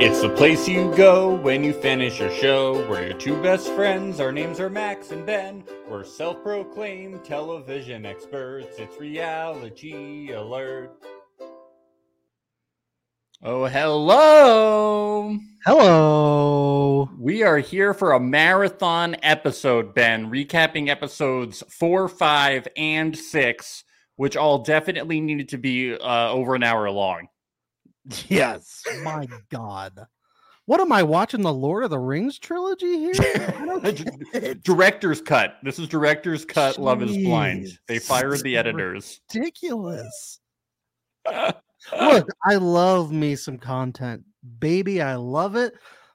It's the place you go when you finish your show. We're your two best friends. Our names are Max and Ben. We're self proclaimed television experts. It's reality alert. Oh, hello. Hello. We are here for a marathon episode, Ben, recapping episodes four, five, and six, which all definitely needed to be uh, over an hour long. Yes. My God. What am I watching? The Lord of the Rings trilogy here? I don't get it. director's cut. This is director's cut. Love is blind. They Jeez. fired the editors. Ridiculous. Look, I love me some content, baby. I love it,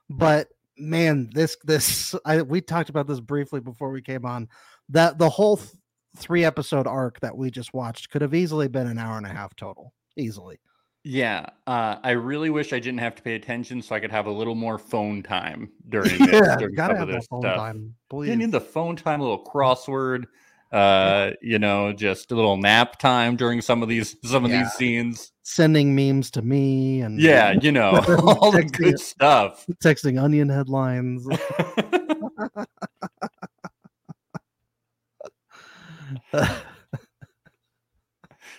but man, this this I we talked about this briefly before we came on. That the whole th- three episode arc that we just watched could have easily been an hour and a half total, easily. yeah, uh, I really wish I didn't have to pay attention so I could have a little more phone time during this. Yeah, during gotta some have of that this phone stuff. time, You please. need the phone time, a little crossword, uh, you know, just a little nap time during some of these some of Yeah. Mm-hmm. these scenes. Sending memes to me and Yeah, you know, all the Texting good it. stuff. texting onion headlines.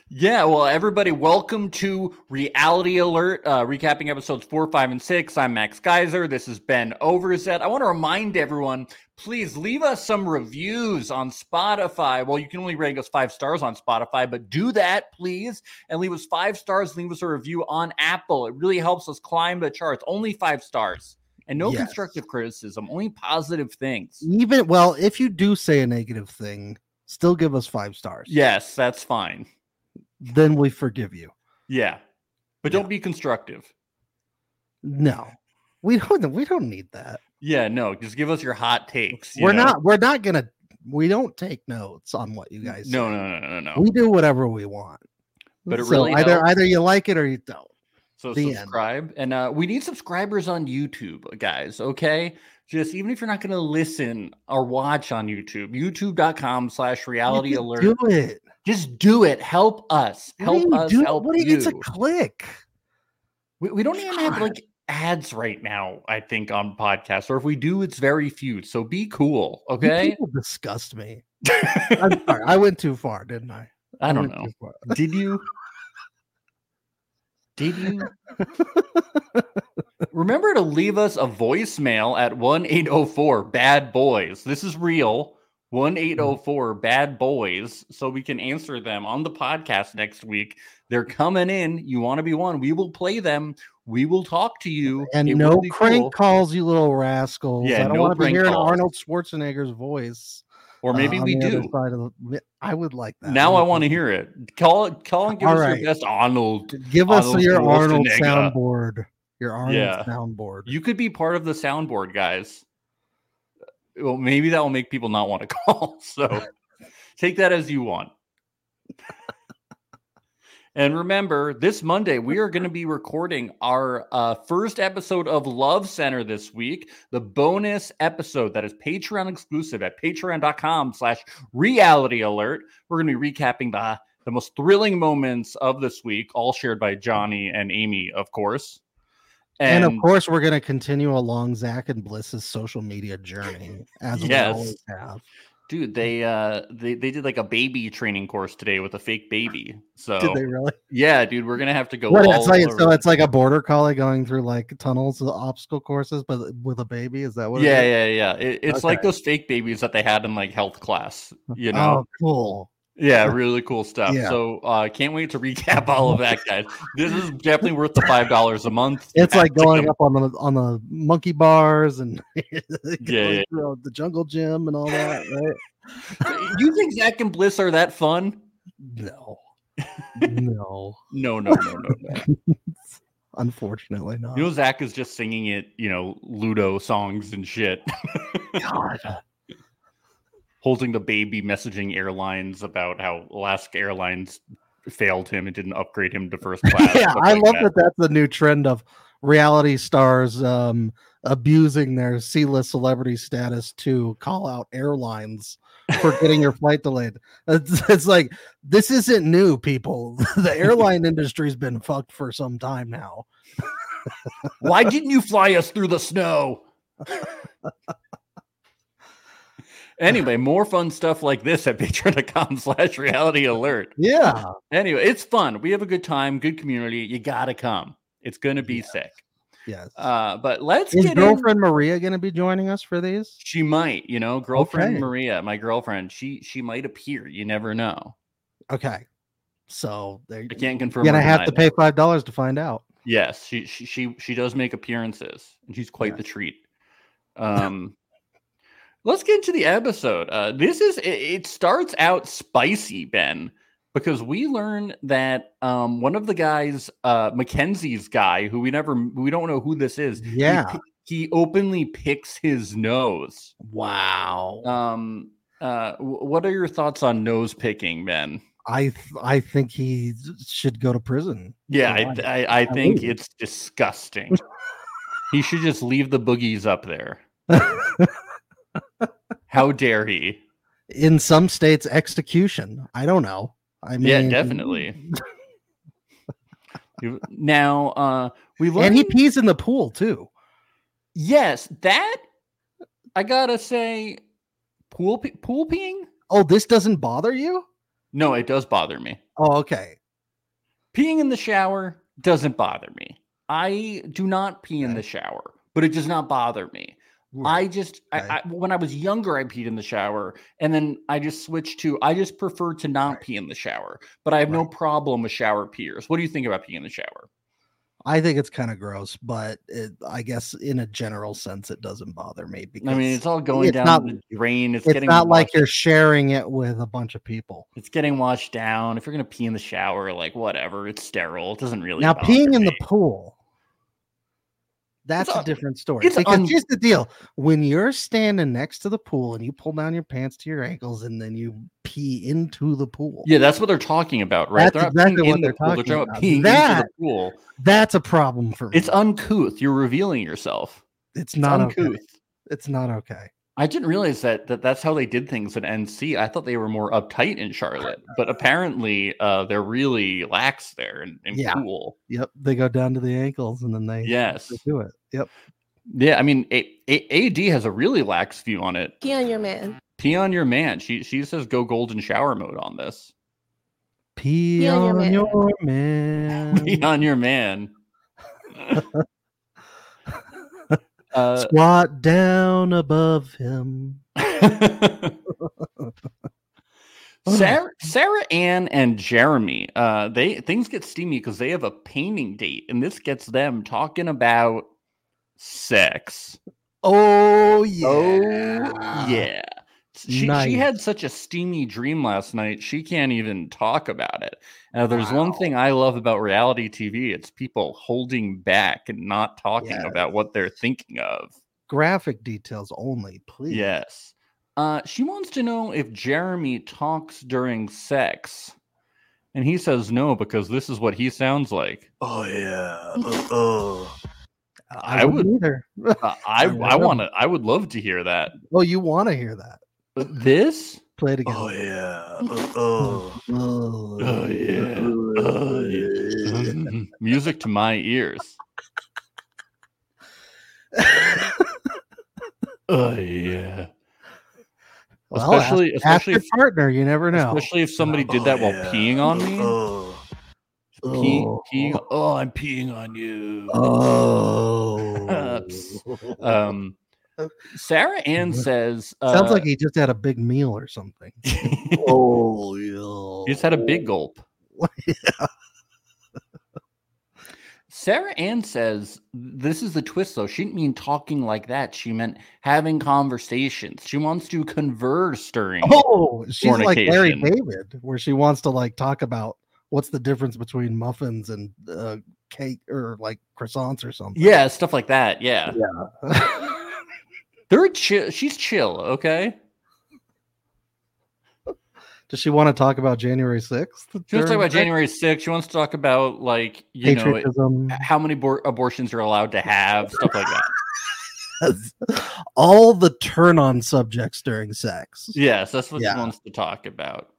Yeah, well, everybody, welcome to Reality Alert, uh, recapping episodes four, five, and six. I'm Max Geiser. This is Ben Overzet. I want to remind everyone please leave us some reviews on Spotify. Well, you can only rate us five stars on Spotify, but do that, please, and leave us five stars. Leave us a review on Apple. It really helps us climb the charts. Only five stars and no Yes. constructive criticism, only positive things. Even well, if you do say a negative thing, still give us five stars. Yes, that's fine. Then we forgive you. Yeah, but Yeah. don't be constructive. No. We don't we don't need that. Yeah, no, just give us your hot takes. you we're know? not we're not gonna we don't take notes on what you guys No, say. no, no, no, no. We do whatever we want. But it so really either helps. either you like it or you don't. So the end. subscribe, and uh, we need subscribers on YouTube, guys. Okay, just even if you're not going to listen or watch on YouTube, YouTube.com/slash Reality You Alert. can Do it. just do it. Help us. What do Help you us. do? Help What do you, you. it's a click. we, we don't even have God. like ads right now. I think on podcasts, or if we do, it's very few. So be cool. You Okay. people disgust me. I I'm sorry. I went too far, didn't I? don't went know. too far. Did you? Did you? Remember to leave us a voicemail at 1 804 Bad Boys. This is real. 1 804 Bad Boys. So we can answer them on the podcast next week. They're coming in. You want to be one. We will play them. We will talk to you. And It will no be crank cool. calls, you little rascals. Yeah, I don't no want to be crank hearing calls. Arnold Schwarzenegger's voice. Or uh, maybe on we the other do. side of the- I would like that. Now I would want to like hear it. Call call and give All us right. your best Arnold. that. Give us Arnold your Arnold Schwarzenegger. soundboard. Your Arnold Yeah. soundboard. You could be part of the soundboard, guys. Well, maybe that will make people not want to call. So take that as you want. And remember, this Monday, we are going to be recording our uh, first episode of Love Center this week, the bonus episode that is Patreon exclusive at patreon.com slash reality alert. We're going to be recapping the, the most thrilling moments of this week, all shared by Johnny and Amy, of course. and, of course, we're going to continue along Zach and Bliss's social media journey as Yes. we always have. Dude, they uh they, they did like a baby training course today with a fake baby. So Did they really? yeah, dude, we're gonna have to go. What, all it's like, over- so it's like a border collie going through like tunnels, of obstacle courses, but with a baby. Is that what? it yeah, is? yeah, yeah. It, it's like Okay. those fake babies that they had in like health class, you know. Oh, cool. Yeah, really cool stuff. Yeah. So uh can't wait to recap all of that, guys. this is definitely worth the five dollars a month. It's like Tactic going of- up on the on the monkey bars and yeah. going through uh, the jungle gym and all that, right? you think Zach and Bliss are that fun? No, no, No, no, no, no, no. unfortunately not. You know Zach is just singing it, you know, Ludo songs and shit. God. holding the baby messaging airlines about how Alaska Airlines failed him and didn't upgrade him to first class. yeah, stuff I like love that. That's the new trend of reality stars um, abusing their C-list celebrity status to call out airlines for getting your flight delayed. It's, it's like this isn't new, people. the airline industry's been fucked for some time now. Why didn't you fly us through the snow? anyway, more fun stuff like this at patreon.com slash reality alert. Yeah. Anyway, it's fun. We have a good time, good community. You gotta come. It's gonna be Yes. sick. Yes. Uh, but let's Is get in. girlfriend Maria going to be joining us for these? She might, you know, girlfriend Okay. Maria, my girlfriend. She she might appear. You never know. Okay. So there you I can't confirm. You're gonna or have deny to that. pay five dollars to find out. Yes, she she she, she does make appearances, and she's quite Yeah. the treat. Um, let's get into the episode. Uh, this is it, it starts out spicy, Ben, because we learn that um one of the guys, uh Mackenzie's guy, who we never we don't know who this is. he Yeah. pi- he openly picks his nose. Wow. Um, uh, wh- what are your thoughts on nose picking, Ben? I th- I think he should go to prison. Yeah, I, Oh, th- I, I think believe it. it's disgusting. he should just leave the boogies up there. How dare he? In some states, execution. I don't know. I mean, yeah, definitely. You- now, uh, we learned. And he pees in the pool too. yes, that I gotta say, pool pe- pool peeing. Oh, this doesn't bother you? No, it does bother me. Oh, okay. Peeing in the shower doesn't bother me. I do not pee in Okay. the shower, but it does not bother me. I just, Okay. I, I, when I was younger, I peed in the shower, and then I just switched to. I just prefer to not Right. pee in the shower, but I have no Right. problem with shower peers. What do you think about peeing in the shower? I think it's kind of gross, but it, I guess in a general sense, it doesn't bother me because I mean, it's all going it's down not- the drain. It's, it's, getting not like washed- you're sharing it with a bunch of people. it's getting washed down. If you're gonna pee in the shower, like whatever, it's sterile. It doesn't really now bother peeing in the me. pool that's It's a un- different story it's because un- here's the deal when you're standing next to the pool and you pull down your pants to your ankles and then you pee into the pool Yeah, that's what they're talking about, right? they're That's not exactly peeing what in they're the pool. They're talking talking about about. peeing into That- the pool. that's a problem for me It's uncouth. You're revealing yourself. it's It's not uncouth. okay it's not okay I didn't realize that, that that's how they did things in NC. I thought they were more uptight in Charlotte, but apparently uh, they're really lax there and, and Yeah. cool. yep they go down to the ankles and then they, Yes. they do it yep Yeah. I mean, a- A- AD has a really lax view on it. Pee on your man. Pee on your man. She she says go golden shower mode on this. pee Yeah, you're on right. your Pee man on your man. uh, squat down above him Sarah, Sarah Ann and Jeremy, uh, they things get steamy because they have a painting date, and this gets them talking about sex. oh yeah Oh yeah. She, she Nice. had such a steamy dream last night. She can't even talk about it. Now, there's one Wow. thing I love about reality TV. It's people holding back and not talking Yes. about what they're thinking of. graphic details only, please. Yes. Uh, she wants to know if Jeremy talks during sex. And he says no because this is what he sounds like. Oh yeah. Oh. I, I would either. Uh, I Yeah, I yeah. want to I would love to hear that. well, you want to hear that? But This? Play it again. yeah. Oh. Oh. Oh, yeah. Oh, yeah. Mm, Music to my ears. Oh yeah. well, Especially- especially, ask, especially your if- partner. You never know. Especially if somebody did that while peeing on me. Oh, Peeing, Oh. peeing. Oh, I'm peeing on you. Oh. Ups. Um, Sarah Ann says uh, Sounds like he just had a big meal or something. he oh, yeah. just had a big gulp. Sarah Ann says this is the twist though. She didn't mean talking like that. She meant having conversations. She wants to converse during. Oh, she's like Larry Fornication. David, where she wants to like talk about what's the difference between muffins and uh, cake or like croissants or something. Yeah, stuff like that. Yeah. Yeah. They're chill. She's chill, okay? Does she want to talk about January 6th? She wants to talk during about sex? January 6th. She wants to talk about like, you know, it- Patriotism. how many abor- abortions are allowed to have, stuff like that. All the turn on subjects during sex. Yes, that's what she Yeah. wants to talk about.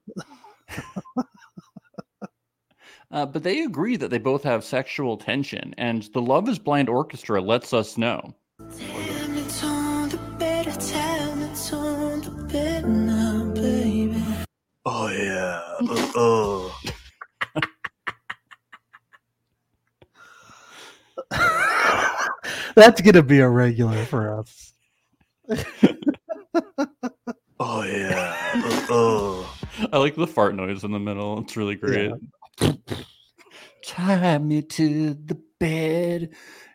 uh, but they agree that they both have sexual tension, and the Love is Blind Orchestra lets us know. Oh yeah. Uh, oh. That's gonna be a regular for us. Oh yeah. Uh, oh. I like the fart noise in the middle. It's really great. Tie me to the bed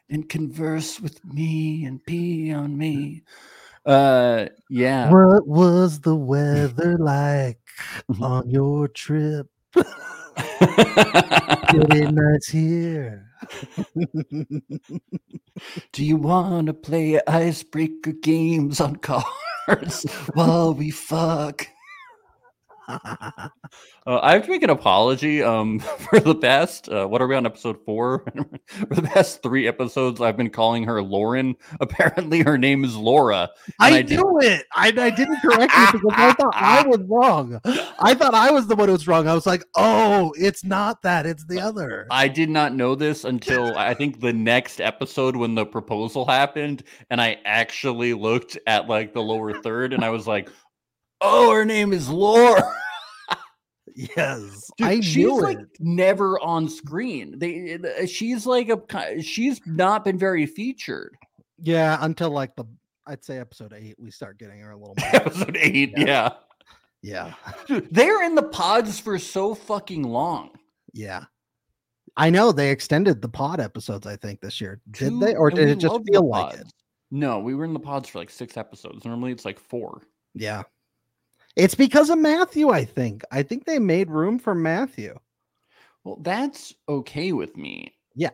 and converse with me and pee on me. Uh, yeah. What was the weather like on your trip? Pretty nice here. Do you want to play icebreaker games on cards while we fuck? Uh, I have to make an apology. Um, for the past, uh, what are we on episode four? for the past three episodes, I've been calling her Lauren. Apparently, her name is Laura. And I, I did- knew it. I, I didn't correct you because I thought I was wrong. I thought I was the one who was wrong. I was like, oh, it's not that. It's the other. I did not know this until I think the next episode when the proposal happened, and I actually looked at like the lower third, and I was like, "Oh, her name is Laura." Yes. Dude, I she's knew like it. never on screen. They, uh, she's like a, ki- she's not been very featured. Yeah, until like the, I'd say episode eight, we start getting her a little more. Episode eight, Yeah. yeah. yeah. Dude, they're in the pods for so fucking long. Yeah. I know they extended the pod episodes, I think, this year. Did they? Two- Or and did we it just love the feel like it? pods. No, we were in the pods for like six episodes. Normally, it's like four. Yeah. It's because of Matthew, I think. I think they made room for Matthew. Well, that's okay with me. Yeah.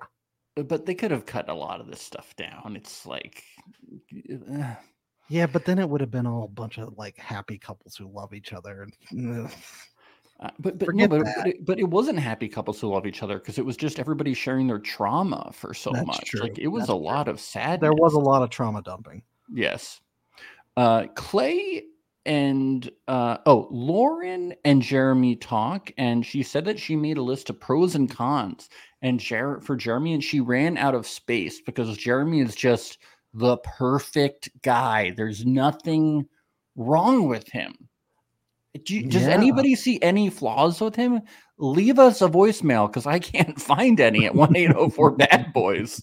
But they could have cut a lot of this stuff down. It's like, uh, Yeah, but then it would have been all a bunch of like happy couples who love each other. and- uh, but but no, Forget but, that. but, it, but it wasn't happy couples who love each other because it was just everybody sharing their trauma for so That's much. true. Like it was That's a lot of sadness. there was a lot of trauma dumping. yes. Uh, Clay and uh, oh, Lauren and Jeremy talk, and she said that she made a list of pros and cons, and Jer- for Jeremy, and she ran out of space because Jeremy is just the perfect guy. There's nothing wrong with him. Do you- does Yeah. anybody see any flaws with him? Leave us a voicemail because I can't find any at one eight zero four Bad Boys.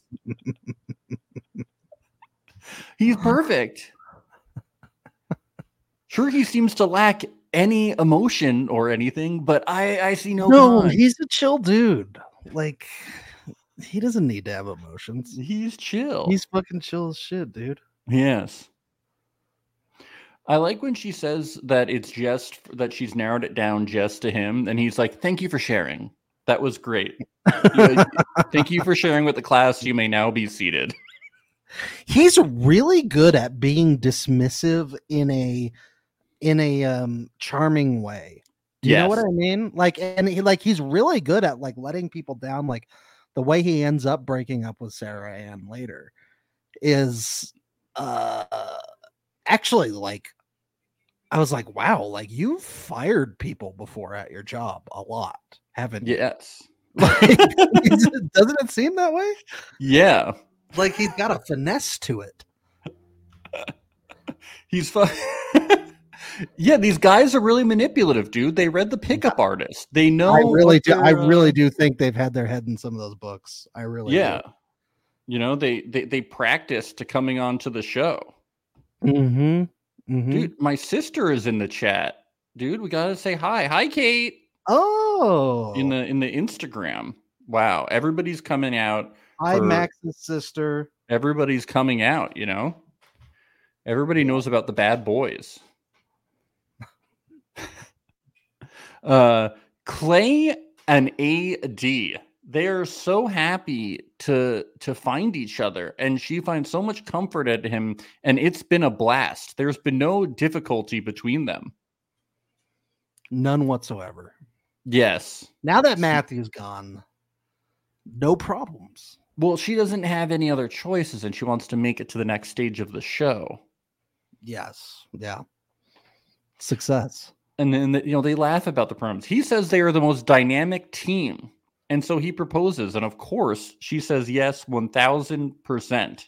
He's perfect. Sure, he seems to lack any emotion or anything, but I I see no. no, con. he's a chill dude. Like he doesn't need to have emotions. he's chill. He's fucking chill as shit, dude. Yes. I like when she says that it's just that she's narrowed it down just to him. And he's like, Thank you for sharing. That was great. You- Thank you for sharing with the class. You may now be seated. he's really good at being dismissive in a in a um charming way do you know what Yes. i mean like and he like he's really good at like letting people down like the way he ends up breaking up with sarah ann later is uh actually like i was like wow like you've fired people before at your job a lot haven't you Yes. like, is it- doesn't it seem that way Yeah. like he's got a finesse to it He's fu- Yeah, these guys are really manipulative, dude. They read the pickup artist. They know I really what do. I their, uh, really do think they've had their head in some of those books. I really, do. Yeah. You know, they they they practice to coming on to the show. Mhm. Mhm. Dude, my sister is in the chat. Dude, we gotta say hi. Hi, Kate. Oh, In the in the Instagram. Wow, everybody's coming out. hi, for- Max's sister. Everybody's coming out. You know, everybody knows about the bad boys. uh, Clay and AD. They are so happy to to find each other, and she finds so much comfort at him, and it's been a blast. There's been no difficulty between them. None whatsoever. Yes. Now that Matthew's gone, no problems. Well, she doesn't have any other choices and she wants to make it to the next stage of the show. Yes. Yeah. Success. And then, you know, they laugh about the problems. He says they are the most dynamic team. And so he proposes. And of course, she says yes 1000%.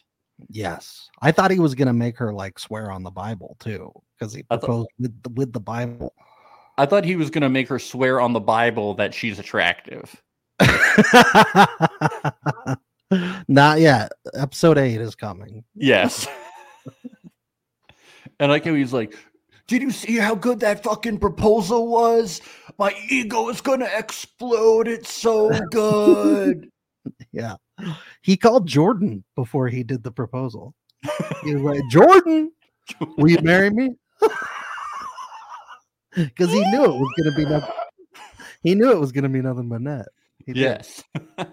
Yes. I thought he was going to make her like swear on the Bible too because he I thought- proposed with, the, with the Bible. I thought he was going to make her swear on the Bible that she's attractive. Not yet. Episode 8 is coming. Yes. and like how he's like, did you see how good that fucking proposal was? My ego is gonna explode. It's so good. Yeah. He called Jordan before he did the proposal. He was like, Jordan, will you marry me? Because he knew it was going to be nothing. He knew it was going to be nothing but net. He did. yes.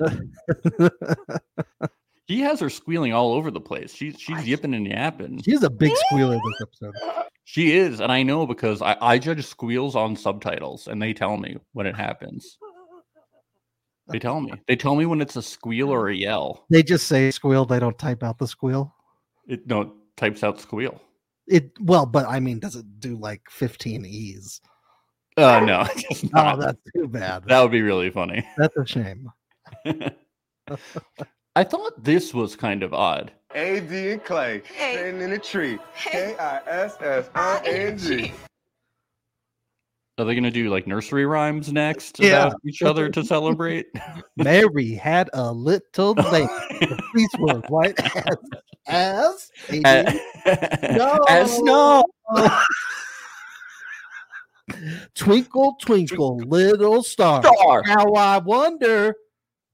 he has her squealing all over the place. She's she's yipping and yapping. She's a big squealer this episode. She is, and I know because I, I judge squeals on subtitles and they tell me when it happens. They tell me. They tell me when it's a squeal or a yell. They just say squeal. They don't type out the squeal. It no it types out squeal. It well, but I mean, does it do like 15 E's? Uh no, it does Oh, not. that's too bad. That would be really funny. That's a shame. I thought this was kind of odd. AD and Clay Hey. sitting in a tree. Hey, oh. K I S S I N G. Are they going to do like nursery rhymes next Yeah. about each other to celebrate? Mary had a little thing. These were white as ass. Uh, As no. Twinkle, twinkle, little star. Star. Now I wonder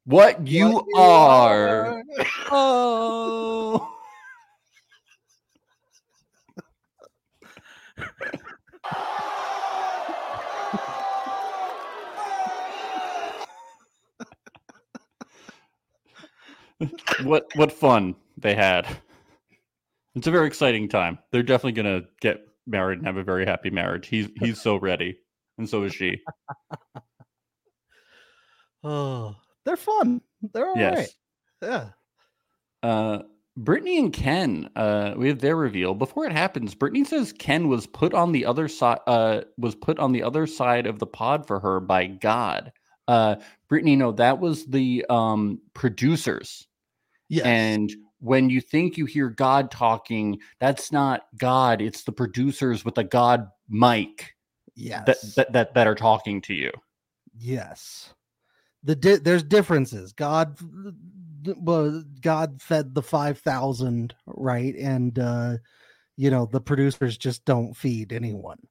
What you what are. Oh. what what fun they had. It's a very exciting time. They're definitely going to get married and have a very happy marriage. He's he's so ready and so is she. Oh, they're fun. They're all right. yes. Yeah. Uh, Brittany and Ken, uh, we have their reveal before it happens. Brittany says Ken was put on the other side, uh, was put on the other side of the pod for her by God. Uh, Brittany, no, that was the um producers. Yes. And when you think you hear God talking, that's not God. It's the producers with a God mic yes. that that that, that are talking to you. yes. The di- there's differences. God well, God fed the 5,000, right? And uh you know, the producers just don't feed anyone.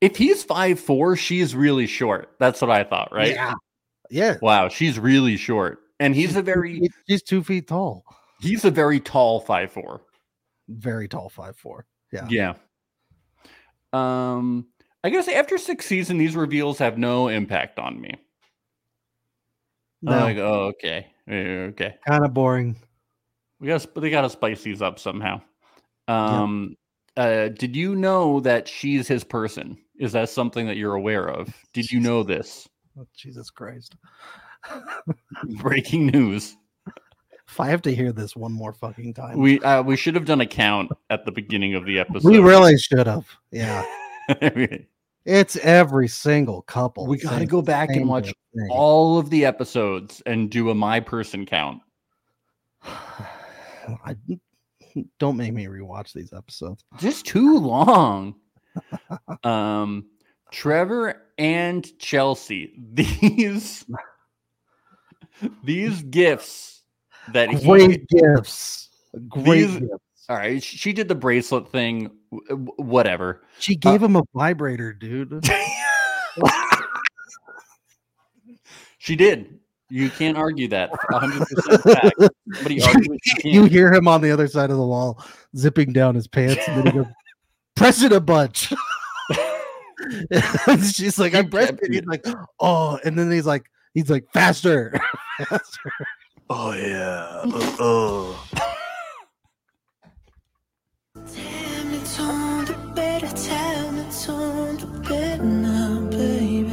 if he's five four, she's really short. That's what I thought, right? Yeah. Yeah. Wow, she's really short. And he's a two very feet- he's two feet tall. he's a very tall five four. Very tall, five four. Yeah. Yeah. Um I guess after six season, these reveals have no impact on me. I'm No, like, oh, okay. Yeah, Okay. kind of boring. We got they got to spice these up somehow. Um uh did you know that she's his person? Is that something that you're aware of? Did you know this? Oh, Jesus Christ. Breaking news. If I have to hear this one more fucking time, we, We uh, we should have done a count at the beginning of the episode. really should have. Yeah. It's every single couple. we got to saying go the back same and watch damn thing. all of the episodes and do a my person count. I, don't make me rewatch these episodes. Just too long. um, Trevor and Chelsea. These these gifts that he- Great gifts. Great These- gifts. all right. sh- She did the bracelet thing. w- w- Whatever. She gave him a vibrator, dude. she did. You can't argue that. 100% fact. But he argued you you can't. hear him on the other side of the wall zipping down his pants and then he goes, press it a bunch. And she's like, I'm pressing it. He's like, oh, and then he's like, he's like, faster. faster. Oh yeah. Uh, oh. Tell me tone the better, tell me tone the better now, baby.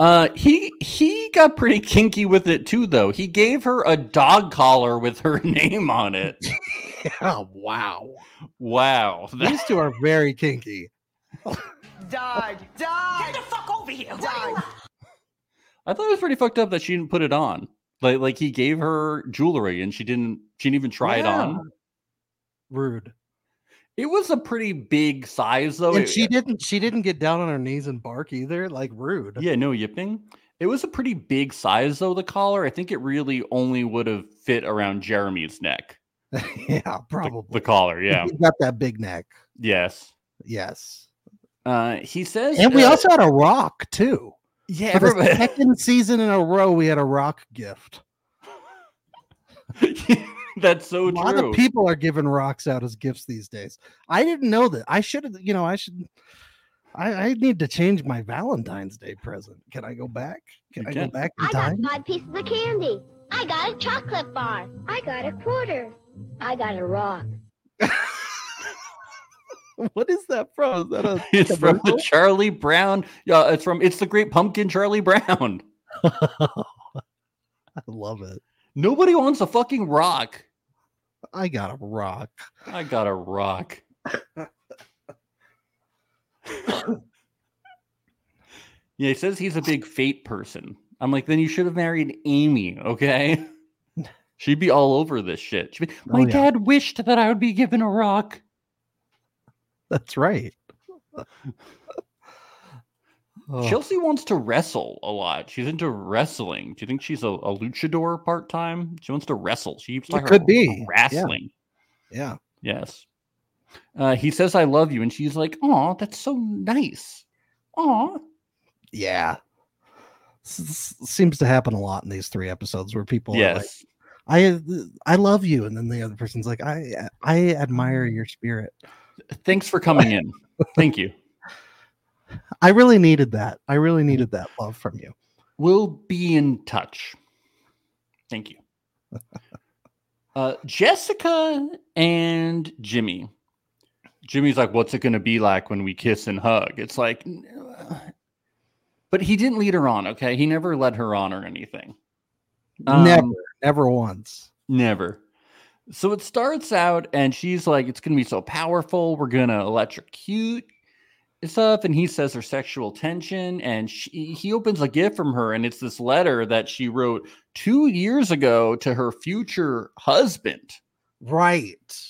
Uh, he he got pretty kinky with it too, though. He gave her a dog collar with her name on it. Oh wow, Wow, that- these two are very kinky. Dog, dog, the fuck over here. dog. I thought it was pretty fucked up that she didn't put it on. Like like he gave her jewelry and she didn't she didn't even try it Yeah. on. Rude. It was a pretty big size though. and It- she didn't. She didn't get down on her knees and bark either. Like rude. Yeah, no yipping. It was a pretty big size though. The collar, I think it really only would have fit around Jeremy's neck. yeah, The- probably. the collar, If yeah, you've got that big neck. yes. Yes. Uh, he says, And we uh, also had a rock too. yeah, For the everybody. second season in a row, we had a rock gift. That's so a lot true. of people are giving rocks out as gifts these days. I didn't know that. I should have, you know, I should. I, I need to change my Valentine's Day present. Can I go back? Can You I can. go back in I got time? five pieces of candy. I got a chocolate bar. I got a quarter. I got a rock. What is that from? Is that a it's from the commercial? Charlie Brown. Yeah, it's from it's the Great Pumpkin, Charlie Brown. I love it. Nobody wants a fucking rock. I got a rock. I got a rock. yeah, he says he's a big fate person. I'm like, then you should have married Amy, okay? She'd be all over this shit. She'd be, Oh, My yeah. dad wished that I would be given a rock. That's right. Oh, Chelsea wants to wrestle a lot. She's into wrestling. Do you think she's a, a luchador part time? She wants to wrestle. She keeps It talking could about be, yeah. wrestling. yeah. Yes. Uh, he says, I love you. And she's like, Oh, that's so nice. Aw. Yeah. S- s- seems to happen a lot in these three episodes where people are like, Yes. I I love you, and then the other person's like, I uh, I admire your spirit. Thanks for coming in. Thank you. I really needed that. I really needed that love from you. We'll be in touch. Thank you. Uh, Jessica and Jimmy. Jimmy's like, What's it going to be like when we kiss and hug? It's like, "N- uh," but he didn't lead her on. Okay. He never led her on or anything. never, Um, never once. Never. So it starts out, and she's like, "It's gonna be so powerful. We're gonna electrocute and stuff." And he says her sexual tension, and she, he opens a gift from her, and it's this letter that she wrote two years ago to her future husband. Right.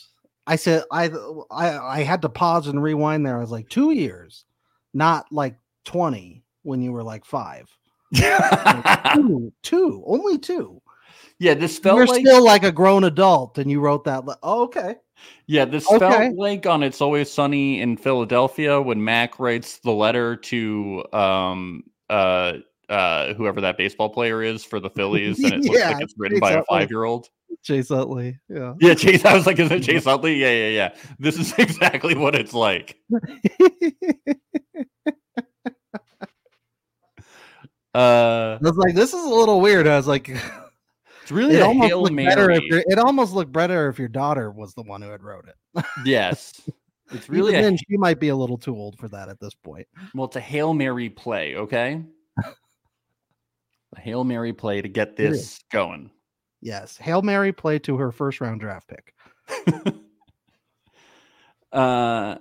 I said I I I had to pause and rewind there. I was like two years, not like twenty when you were like five. yeah, two, two, only two. this You're felt like still like a grown adult, and you wrote that. le- oh, okay. yeah, this Okay. felt like on "It's Always Sunny in Philadelphia" when Mac writes the letter to um uh uh whoever that baseball player is for the Phillies, and it looks Yeah, like it's written by a exactly. five year old. Chase Utley. Yeah. Yeah, Chase. I was like, is it Mm-hmm. Chase Utley? Yeah, yeah, yeah. This is exactly what it's like. Uh, I was like, this is a little weird. I was like, it's really it a almost hail looked better if your, mary. it almost looked better if your daughter was the one who had wrote it. Yes, it's Really, really a, then she might be a little too old for that at this point. well, it's a hail mary play. Okay, a hail mary play to get It this going. Yes, hail mary play to her first round draft pick. Uh,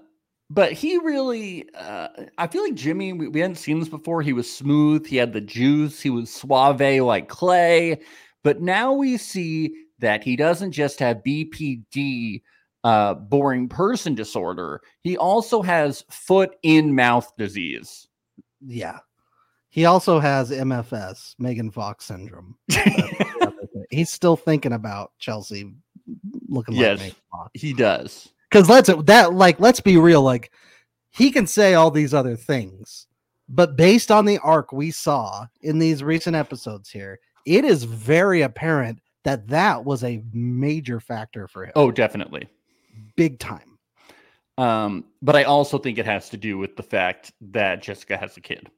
but he really, uh, I feel like Jimmy, we, we hadn't seen this before. He was smooth, he had the juice, he was suave like clay. But now we see that he doesn't just have BPD, uh, boring person disorder, he also has foot in mouth disease. Yeah, he also has MFS, Megan Fox syndrome. He's still thinking about Chelsea looking Yes. like Megan Fox. he does. Because let's that like let's be real, like he can say all these other things, but based on the arc we saw in these recent episodes here, it is very apparent that that was a major factor for him, Oh, definitely. big time. Um, but I also think it has to do with the fact that Jessica has a kid.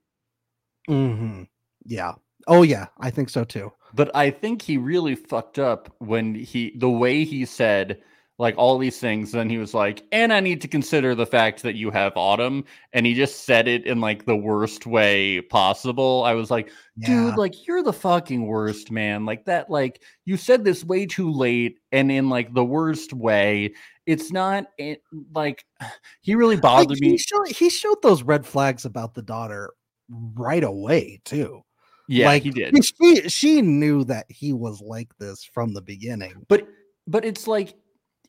Mm-hmm. Yeah. Oh yeah, I think so too. But I think he really fucked up when he the way he said like all these things. Then he was like, and I need to consider the fact that you have autumn. And he just said it in like the worst way possible. I was like, dude, like you're the fucking worst, man. Like that, like you said this way too late and in like the worst way. It's not it, like he really Like, bothered he, me. showed, he showed those red flags about the daughter right away too. Yeah, like, he did. And She she knew that he was like this from the beginning. But but it's like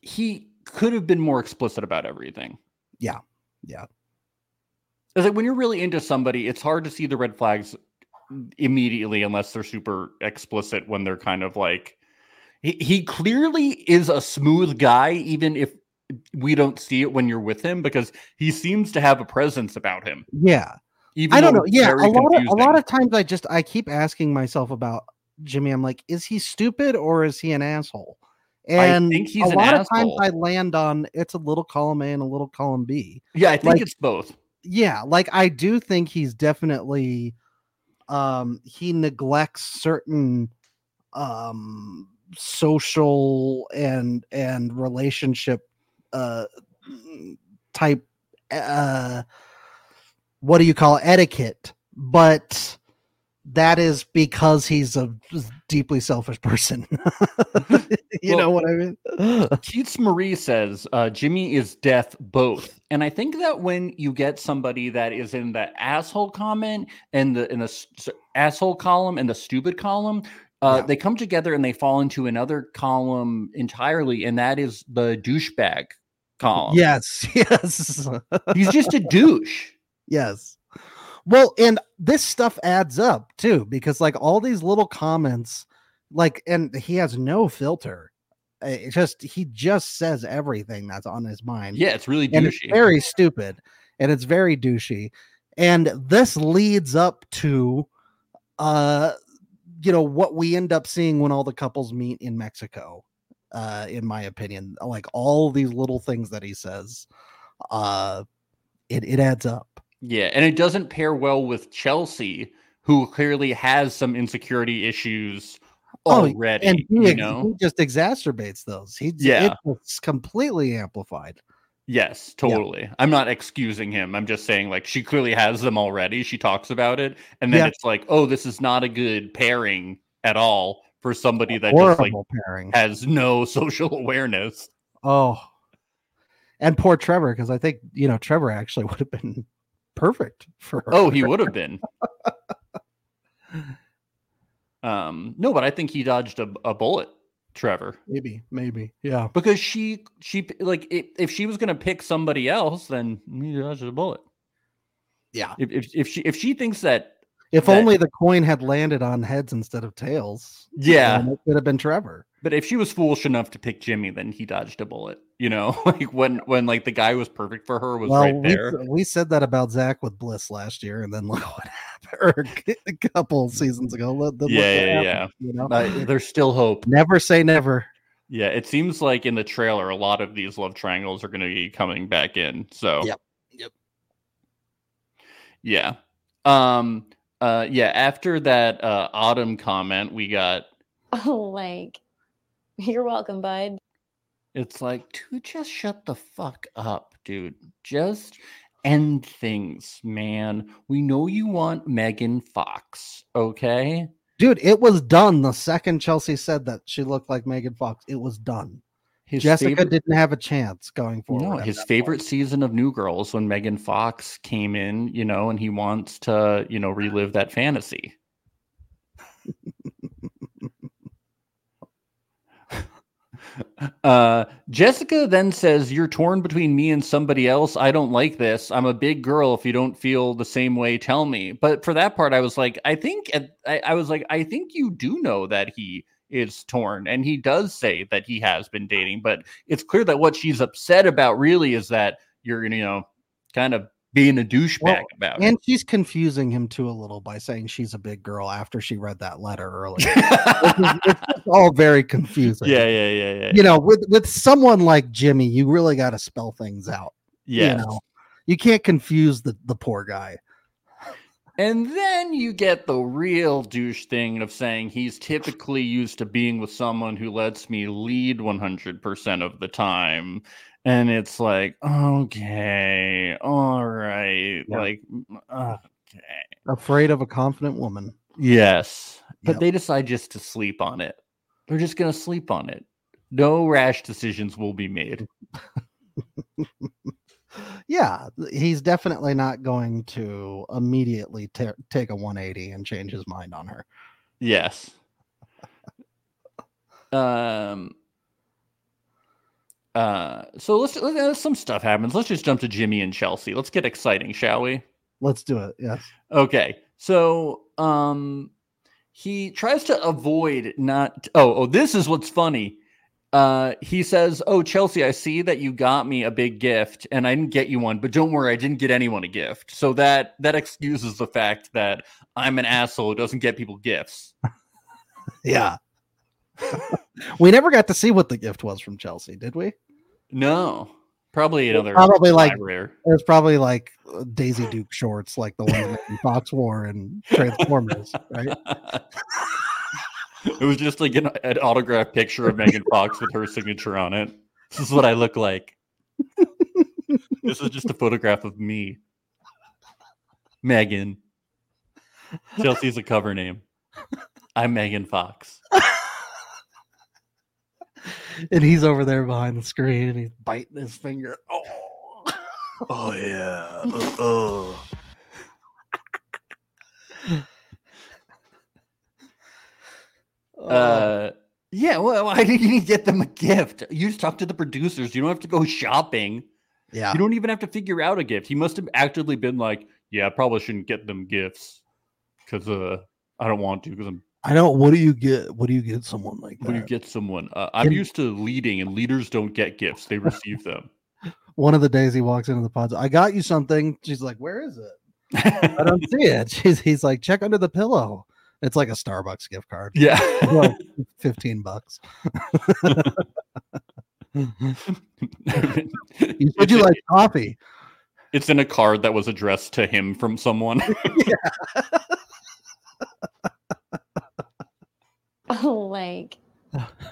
he could have been more explicit about everything. Yeah. Yeah. It's like when you're really into somebody, it's hard to see the red flags immediately unless they're super explicit when they're kind of like he, he clearly is a smooth guy, even if we don't see it when you're with him, because he seems to have a presence about him. Yeah. Even I don't though know. it's Yeah, very a lot of, a confusing. lot of times I just I keep asking myself about Jimmy. I'm like, is he stupid or is he an asshole? And think he's a an lot of times asshole. I land on it's a little column A and a little column B. yeah, I think like- it's both. yeah like i do think he's definitely um he neglects certain um social and and relationship uh type uh what do you call it? etiquette but that is because he's a deeply selfish person you Well- know what i mean Keats Marie says uh, Jimmy is death both, and I think that when you get somebody that is in the asshole comment and the in the s- s- asshole column and the stupid column, uh, Yeah. they come together and they fall into another column entirely, and that is the douchebag column. yes yes he's just a douche. Yes. Well, and this stuff adds up too, because like all these little comments, like, and he has no filter. Uh, It just he just says everything that's on his mind. Yeah, it's really and it's douchey. very stupid, and it's very douchey, and this leads up to, uh, you know what we end up seeing when all the couples meet in Mexico. Uh, in my opinion, like all these little things that he says, uh, it it adds up. Yeah, and it doesn't pair well with Chelsea, who clearly has some insecurity issues Oh, already. and he, you ex- know. he just exacerbates those. He Yeah. yeah, it's completely amplified. Yes, Yeah. totally. I'm not excusing him. I'm just saying, like, she clearly has them already. She talks about it. And then Yeah. it's like, oh, this is not a good pairing at all for somebody that just like Horrible pairing. has no social awareness. Oh, and poor Trevor because I think you know Trevor actually would have been perfect for. Her. Oh, he would have been. um, no, but I think he dodged a, a bullet, Trevor. maybe, maybe, yeah, Because she she like i if she was gonna pick somebody else, then he dodged a bullet. yeah. If if, if she if she thinks that If That- only the coin had landed on heads instead of tails. Yeah. then it could have been Trevor. But if she was foolish enough to pick Jimmy, then he dodged a bullet. You know, like when when like the guy was perfect for her was well, right we, there. s- we said that about Zach with Bliss last year, and then look what happened. Or a couple seasons ago. look- then look Yeah, what yeah, happened, You know? Uh, there's still hope. Never say never. Yeah, it seems like in the trailer, a lot of these love triangles are going to be coming back in. So Yep, yep. yeah, um, uh, yeah. After that uh, autumn comment, we got Oh, like, you're welcome, bud. It's like, dude, just shut the fuck up, dude. Just end things, man. We know you want Megan Fox, okay? Dude, it was done the second Chelsea said that she looked like Megan Fox. It was done. His Jessica favorite, didn't have a chance going forward. no, at his that favorite season of New Girls when Megan Fox came in, you know, and he wants to, you know, relive that fantasy. Uh, Jessica then says, You're torn between me and somebody else. I don't like this. I'm a big girl. If you don't feel the same way, tell me. But for that part, I was like, I think, at- I, I was like, I think you do know that he is torn. And he does say that he has been dating, but it's clear that what she's upset about really is that you're, you know, kind of being a douchebag Well, about point. And she's confusing him too a little by saying she's a big girl after she read that letter earlier. it. It's- it's all very confusing. yeah, yeah, yeah, yeah. You know, with with someone like Jimmy, you really got to spell things out. Yes. You know, you can't confuse the the poor guy. And then you get the real douche thing of saying he's typically used to being with someone who lets me lead 100% of the time. And it's like, okay, all right. Yeah. Like, okay. Afraid of a confident woman. Yes. But Yep. they decide just to sleep on it. They're just going to sleep on it. No rash decisions will be made. Yeah, he's definitely not going to immediately ta- take a 180 and change his mind on her. Yes. Um. Uh. So let's, let uh, some stuff happens. Let's just jump to Jimmy and Chelsea. Let's get exciting, shall we? Let's do it. Yes. Okay. So um he tries to avoid not oh oh this is what's funny. Uh he says, "Oh Chelsea, I see that you got me a big gift and I didn't get you one, but don't worry, I didn't get anyone a gift." So that that excuses the fact that I'm an asshole who doesn't get people gifts. Yeah. we never got to see what the gift was from Chelsea, did we? No. Probably another probably, like- library. It was probably like uh, Daisy Duke shorts, like the ones that Fox wore and Transformers, right? It was just like an, an autographed picture of Megan Fox with her signature on it. This is what I look like. this is just a photograph of me. Megan. Chelsea's a cover name. I'm Megan Fox. And he's over there behind the screen and he's biting his finger. Oh, Oh yeah. Uh, oh. Oh. Uh, yeah, well, why didn't you get them a gift? You just talk to the producers. You don't have to go shopping. yeah. You don't even have to figure out a gift. He must have actively been like, "Yeah, I probably shouldn't get them gifts because uh, I don't want to because I'm I know. What do you get? What do you get someone like that? When you get someone, uh, I'm And- used to leading, and leaders don't get gifts; they receive them. One of the days he walks into the pods. I got you something. She's like, Where is it? I don't see it. She's, he's like, Check under the pillow. It's like a Starbucks gift card. yeah. Well, 15 bucks. Would it's, you in- like coffee? it's in a card that was addressed to him from someone. Oh, like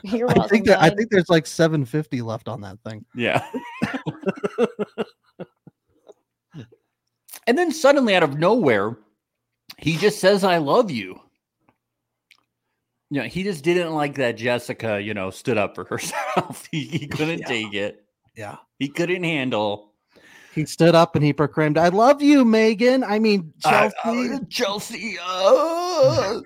you're welcome. I think that I bud. think there's like 750 left on that thing. yeah. and then suddenly, out of nowhere, he just says, "I love you." You know, he just didn't like that Jessica, you know, stood up for herself. he, he couldn't Yeah. take it. Yeah. He couldn't handle. He stood up and he proclaimed, I love you, Megan. I mean, I- Chelsea. I- Chelsea. uh."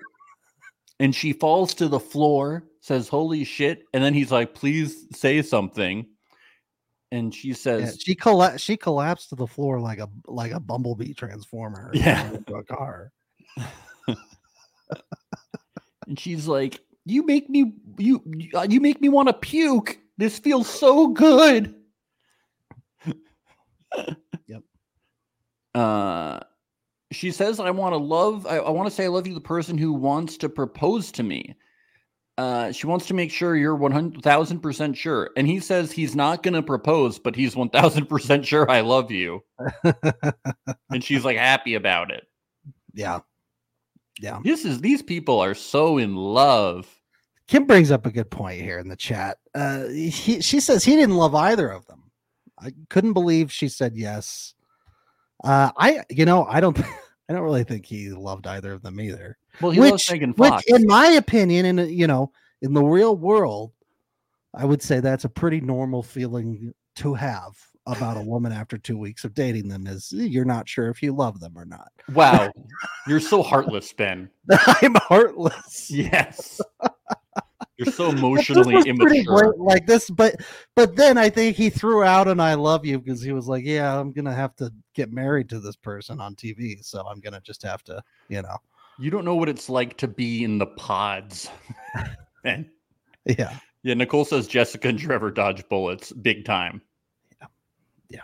and she falls to the floor, says, Holy shit. And then he's like, Please say something. And she Yeah, says, she colla- she collapsed to the floor like a like a bumblebee transformer. Yeah. into a car. And she's like, You make me, you, you- uh, you make me want to puke. This feels so good. Yep. Uh, she says, I want to love, I, I want to say I love you, the person who wants to propose to me. Uh, she wants to make sure you're 1,000% sure. And he says he's not going to propose, but he's 1,000% sure I love you. and she's like happy about it. Yeah, This is, these people are so in love. Kim brings up a good point here in the chat. Uh, he, she says he didn't love either of them. I couldn't believe she said yes. Uh, I you know I don't I don't really think he loved either of them either. Well, he loves which, Megan which, Fox. in my opinion, and you know, in the real world, I would say that's a pretty normal feeling to have about a woman after two weeks of dating them is "Eh, you're not sure if you love them or not. wow, you're so heartless, Ben. I'm heartless. Yes, you're so But this emotionally was pretty immature. blatant like this, but but then I think he threw out an "I love you" because he was like, "Yeah, I'm gonna have to get married to this person on TV, so I'm gonna just have to, you know, You don't know what it's like to be in the pods. Ben. yeah, yeah, Nicole says Jessica and Trevor dodge bullets big time. Yeah.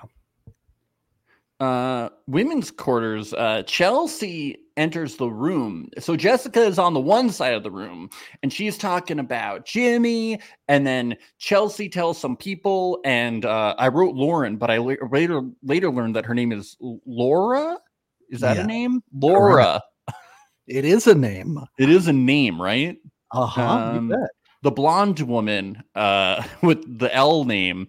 Uh, women's quarters. Uh, Chelsea enters the room. So Jessica is on the one side of the room, and she's talking about Jimmy. And then Chelsea tells some people, and uh, I wrote Lauren, but I la- later later learned that her name is L- Laura. Is that Yeah. a name? Laura. It is a name. It is a name, right? Uh-huh. Um, you bet. the blonde woman uh with the L name,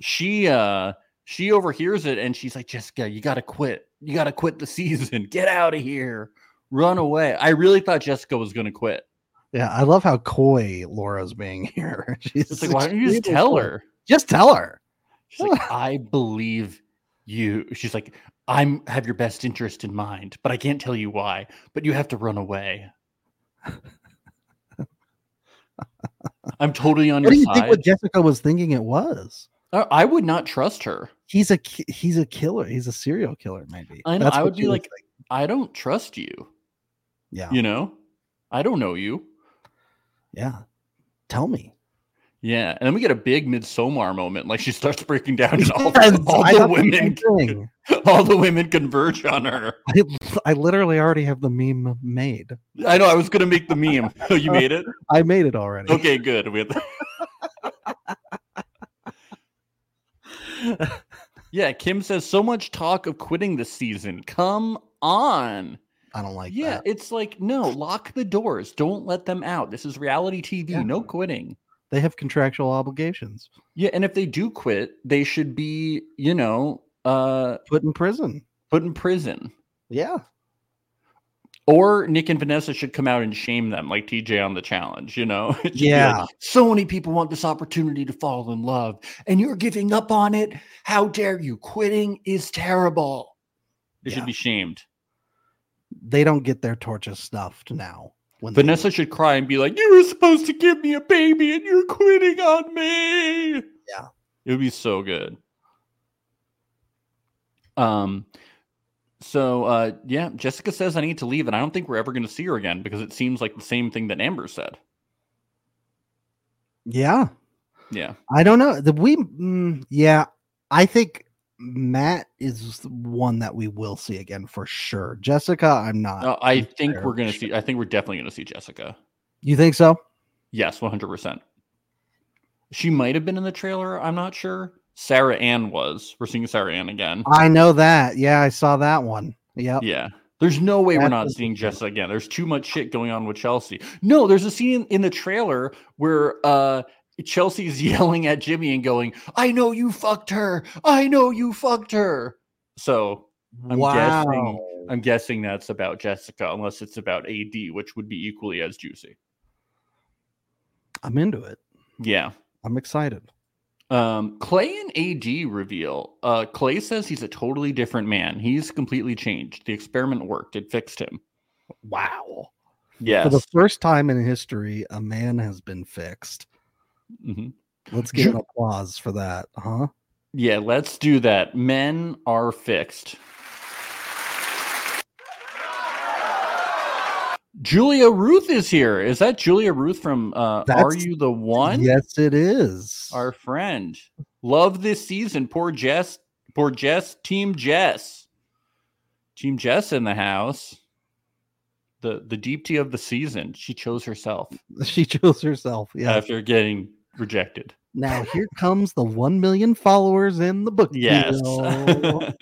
she uh she overhears it and she's like, Jessica, you gotta quit. You gotta quit the season. Get out of here. Run away. I really thought Jessica was gonna quit. Yeah, I love how coy Laura's being here. She's It's like, why don't you just extremely tell coy. her? Just tell her. She's like, I believe you. She's like, I'm have your best interest in mind, but I can't tell you why. But you have to run away. I'm totally on your What do you think side. what Jessica was thinking it was? I I would not trust her. He's a ki- he's a killer. He's a serial killer. Maybe I know, I what would she be was like, thinking. I don't trust you. yeah, You know, I don't know you. yeah. Tell me. Yeah, and then we get a big midsomar moment. Like she starts breaking down, and all, Yes, all I the thought the same women, thing. all the women converge on her. I, I literally already have the meme made. I know. I was gonna make the meme. Oh, you made it. I made it already. Okay, good. We had yeah, Kim says so much talk of quitting this season. Come on. I don't like yeah, that. it's like no, lock the doors. Don't let them out. This is reality TV. Yeah. No quitting. They have contractual obligations. Yeah, and if they do quit, they should be, you know, uh Put in prison. put in prison. Yeah. Or Nick and Vanessa should come out and shame them like TJ on the challenge, you know? It should be like, Yeah. so many people want this opportunity to fall in love, and you're giving up on it. How dare you? Quitting is terrible. They Yeah. should be shamed. They don't get their torches stuffed now. When they Vanessa should cry and be like, You were supposed to give me a baby, and you're quitting on me. Yeah. It would be so good. Um, so uh, yeah, Jessica says I need to leave, and I don't think we're ever going to see her again because it seems like the same thing that Amber said. Yeah. Yeah, I don't know. The we mm, yeah, I think Matt is the one that we will see again for sure. Jessica, I'm not. Uh, I I'm think fair. we're going to see. I think we're definitely going to see Jessica. You think so? Yes, one hundred percent. She might have been in the trailer. I'm not sure. Sarah Ann was. We're seeing Sarah Ann again. I know that. Yeah, I saw that one. Yep. Yeah. Uh, There's no way we're That not was- seeing Jessica again. There's too much shit going on with Chelsea. No, there's a scene in the trailer where uh Chelsea's yelling at Jimmy and going, "I know you fucked her. I know you fucked her." So, I'm guessing I'm guessing that's about Jessica unless it's about AD, which would be equally as juicy. I'm into it. Yeah. I'm excited. Um, Clay and AD reveal. Uh, Clay says he's a totally different man. He's completely changed. The experiment worked. It fixed him. Wow. Yes. For the first time in history, a man has been fixed. Mhm. Let's give Ju- an applause for that, huh? Yeah, let's do that. Men are fixed. Julia Ruth is here. Is that Julia Ruth from uh, Are That's- You the One? Yes, it is. Our friend. Love this season. Poor Jess. Poor Jess. Team Jess. Team Jess in the house. The the deep tea of the season. She chose herself she chose herself. Yeah. after getting rejected. Now here comes the one million followers in the book. Yes. deal.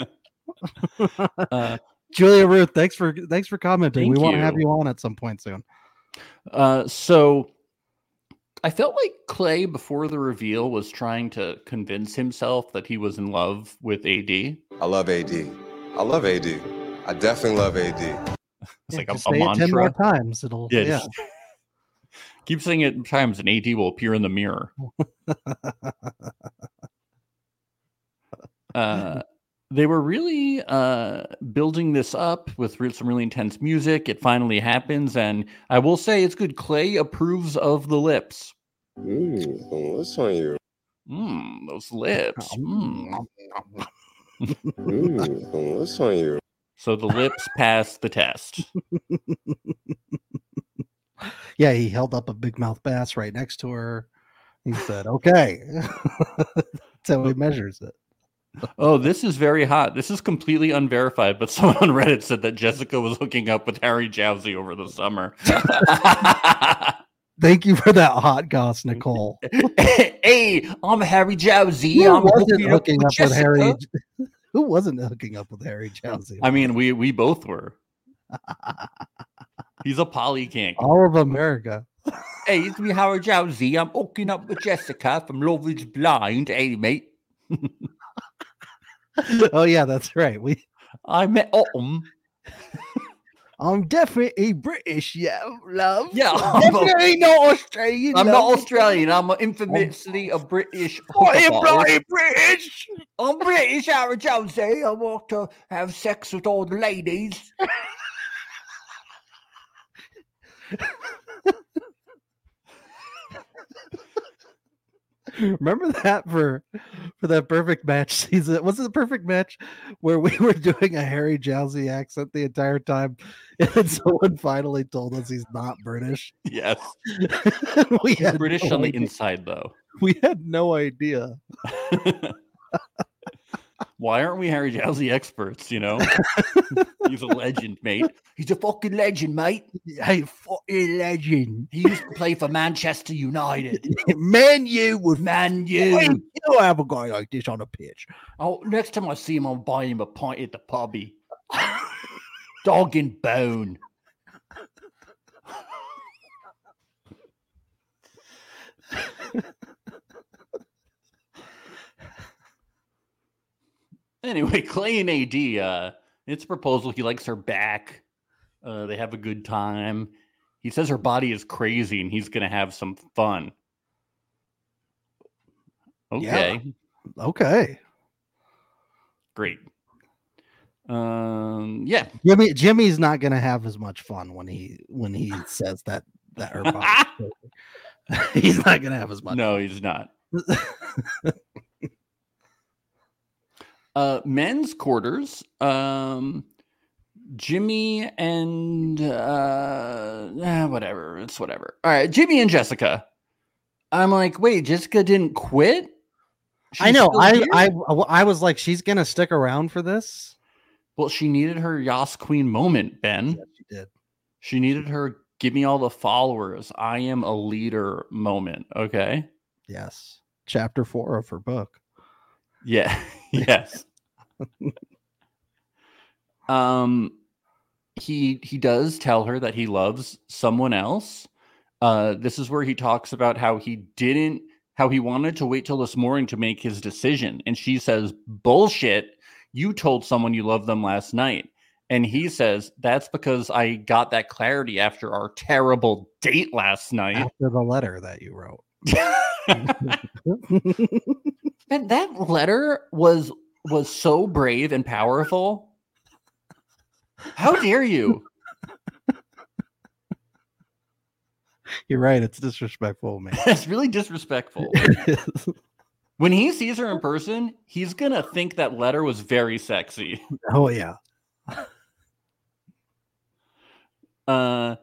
Uh, Julia Ruth, thanks for thanks for commenting. we Thank want to have you. you on at some point soon. Uh, so I felt like Clay before the reveal was trying to convince himself that he was in love with AD. It's I love AD. I love AD. I definitely love AD. Yeah, like a, just a say it ten more mantra. times. It'll Yeah, yeah, just- Keep saying it times, and AD will appear in the mirror. uh, they were really uh, building this up with re- some really intense music. It finally happens, and I will say it's good. Clay approves of the lips. Ooh, what's on you? Mm, those lips. Mm. Ooh, what's on you? So the lips passed the test. yeah. He held up a big mouth bass right next to her. He said, "Okay." That's how he measures it. Oh, this is very hot. This is completely unverified, but someone on Reddit said that Jessica was hooking up with Harry Jowsey over the summer. Thank you for that hot goss, Nicole. hey, I'm Harry Jowsey. Who I'm wasn't hooking up hooking up with Jessica. Harry. Who wasn't hooking up with Harry Chelsea? I mean, we we both were. He's a polykank. All of America. Hey, it's me, Howard Jowsey. I'm hooking up with Jessica from Love is Blind. Hey, mate. oh yeah, that's right. We I met Autumn. I'm definitely British, yeah, love. Yeah, I'm, a- Definitely not Australian. I'm not love. Australian. I'm infamously a British. I am hookabout. bloody British. I'm British, Howard Jowsey. I want to have sex with all the ladies. Remember that for for that perfect match season? Was it the perfect match where we were doing a Harry Jowsey accent the entire time, and then someone finally told us he's not British? Yes, we he's had British no on the idea- inside, though. We had no idea. Why aren't we Harry Jowsey experts? You know, he's a legend, mate. He's a fucking legend, mate. Hey, fucking legend, He used to play for Manchester United. man! You would Man, Why you. you don't have a guy like this on a pitch. Oh, next time I see him, I'll buy him a pint at the pubby. Dog and bone. anyway, Clay and AD, uh, it's a proposal. He likes her back. Uh, they have a good time. He says her body is crazy and he's going to have some fun. Yeah. Okay Okay, great. Um, yeah, Jimmy. Jimmy's not gonna have as much fun when he when he says that that her body's crazy. He's not gonna have as much. no, he's not. Uh, men's quarters. Um, Jimmy and uh, eh, whatever. It's whatever. All right, Jimmy and Jessica. I'm like, wait, Jessica didn't quit. I She's know. still I, here? I I was like, she's gonna stick around for this. well, she needed her Yas Queen moment, Ben. Yeah, she did. She needed her give me all the followers. I am a leader moment. Okay. Yes, chapter four of her book. Yeah. yes. um he he does tell her that he loves someone else. Uh this is where he talks about how he didn't how he wanted to wait till this morning to make his decision and she says bullshit you told someone you love them last night and he says that's because I got that clarity after our terrible date last night. After the letter that you wrote. Man, that letter was was so brave and powerful. How dare you? You're right. It's disrespectful, man. That's really disrespectful. When he sees her in person, he's gonna think that letter was very sexy. oh yeah. Uh,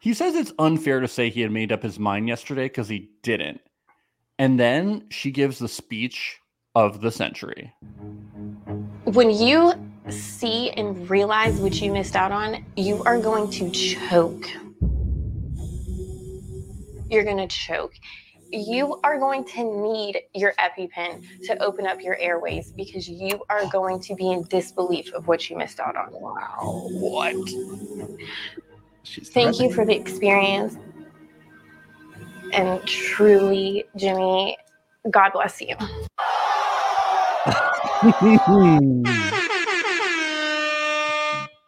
he says it's unfair to say he had made up his mind yesterday because he didn't. And then she gives the speech of the century. When you see and realize what you missed out on, you are going to choke. You're going to choke. You are going to need your EpiPen to open up your airways because you are going to be in disbelief of what you missed out on. Wow, what? She's Thank you for the experience. And truly, Jimmy, God bless you. threatening.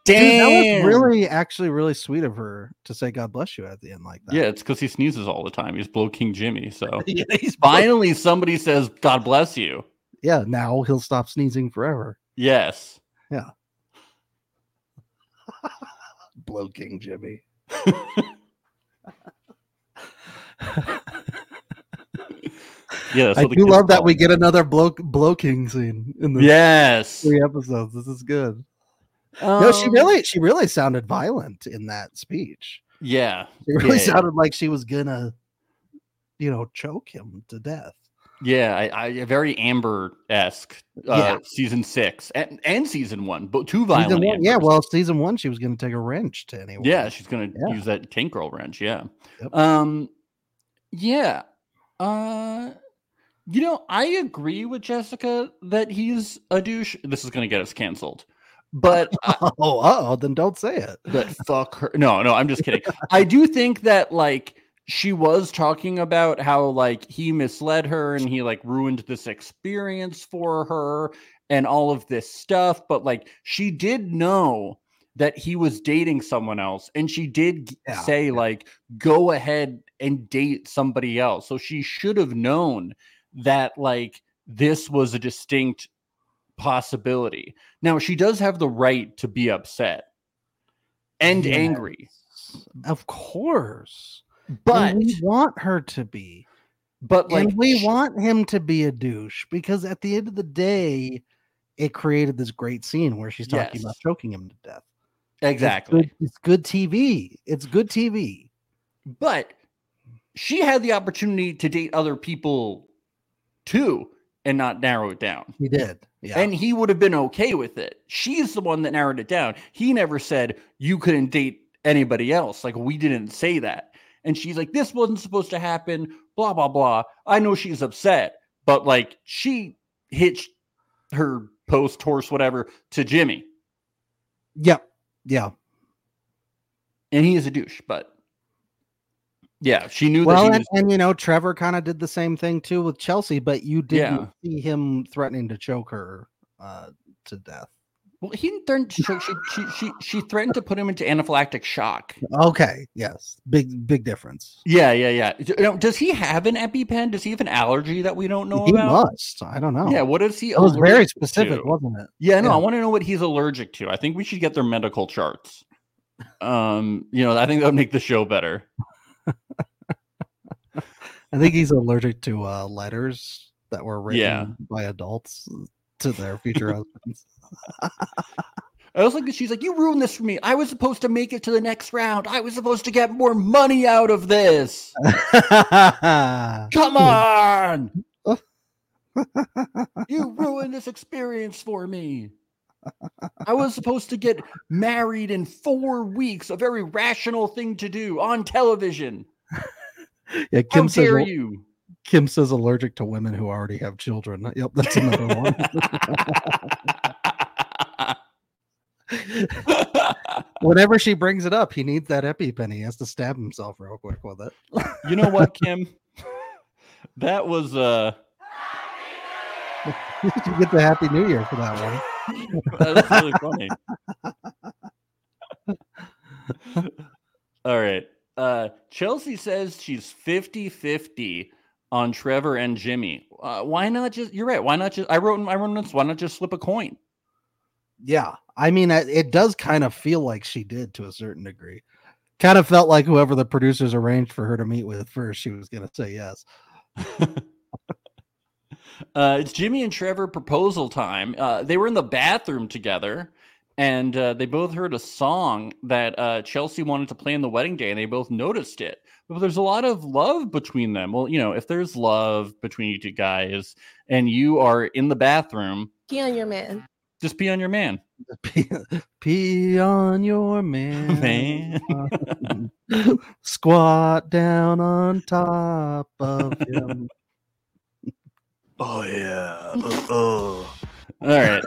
Dude, that was really, actually, really sweet of her to say "God bless you" at the end like that. Yeah, it's because he sneezes all the time. He's Blow King Jimmy. So yeah, he's finally somebody says, God bless you. Yeah, now he'll stop sneezing forever. Yes. Blow King Jimmy. Yeah. that's I what the do kids love that call we him. get another blow blow king scene in the Yes. three episodes. This is good. no, she Um, really she really sounded violent in that speech. Yeah. It really Yeah. sounded like she was gonna, you know, choke him to death. Yeah. I, I very Amber esque. Uh, Yeah. Season six and, and season one, but two Season violent. one- yeah, Ambers. well, season one she was gonna take a wrench to anyone. Yeah, she's gonna Yeah. use that tank girl wrench. Um, Yeah. Yep. Um. Yeah. Uh. You know, I agree with Jessica that he's a douche. This is going to get us canceled. But I- Oh, oh, then don't say it. but fuck her. No, no, I'm just kidding. I do think that like she was talking about how like he misled her and he like ruined this experience for her and all of this stuff, but like she did know that he was dating someone else and she did g- Yeah, say like go ahead and date somebody else. So she should have known that like this was a distinct possibility. Now she does have the right to be upset and Yes. angry. Of course. But And we want her to be. but like and we sh- want him to be a douche because at the end of the day, it created this great scene where she's talking Yes. about choking him to death. It's exactly. good- It's good, TV. It's good TV. But she had the opportunity to date other people too and not narrow it down. He did. Yeah. And he would have been okay with it. She's the one that narrowed it down. He never said you couldn't date anybody else. Like we didn't say that. And she's like, this wasn't supposed to happen, blah, blah, blah. I know she's upset, but like she hitched her post horse, whatever, to Jimmy. yeah. Yeah. And he is a douche, but yeah, she knew that Well, he and, was and you know, Trevor kind of did the same thing too with Chelsea, but you didn't Yeah. see him threatening to choke her uh, to death. Well, he didn't threaten to choke. She, she, she, she threatened to put him into anaphylactic shock. Okay. Yes. Big, big difference. Yeah, yeah, yeah. D- now, does he have an EpiPen? Does he have an allergy that we don't know he about? must. I don't know. Yeah, what is he? it was very allergic specific, to? wasn't it? Yeah, no, yeah. I want to know what he's allergic to. I think we should get their medical charts. Um, you know, I think that would make the show better. I think he's allergic to uh, letters that were written Yeah. by adults to their future husbands. I also think she's like, "You ruined this for me. I was supposed to make it to the next round. I was supposed to get more money out of this. Come on, you ruined this experience for me. I was supposed to get married in four weeks, a very rational thing to do on television. How yeah, Kim says, dare al- you? Kim says allergic to women who already have children. Yep, that's another one. Whenever she brings it up, he needs that EpiPen. He has to stab himself real quick with it. you know what, Kim? That was uh you get the Happy New Year for that one. that's really funny. All right. Uh Chelsea says she's 50-50 on Trevor and Jimmy. Uh, why not just you're right, why not just I wrote in my notes, why not just slip a coin? Yeah, I mean, I- it does kind of feel like she did to a certain degree. Kind of felt like whoever the producers arranged for her to meet with first, she was going to say yes. Uh, it's Jimmy and Trevor proposal time. Uh, they were in the bathroom together, and uh, they both heard a song that uh, Chelsea wanted to play on the wedding day, and they both noticed it. But there's a lot of love between them. Well, you know, if there's love between you two guys, and you are in the bathroom, Pee on your man. just pee on your man. Pee, pee on your man. Man. Squat down on top of him. Oh yeah. Uh, oh. All right.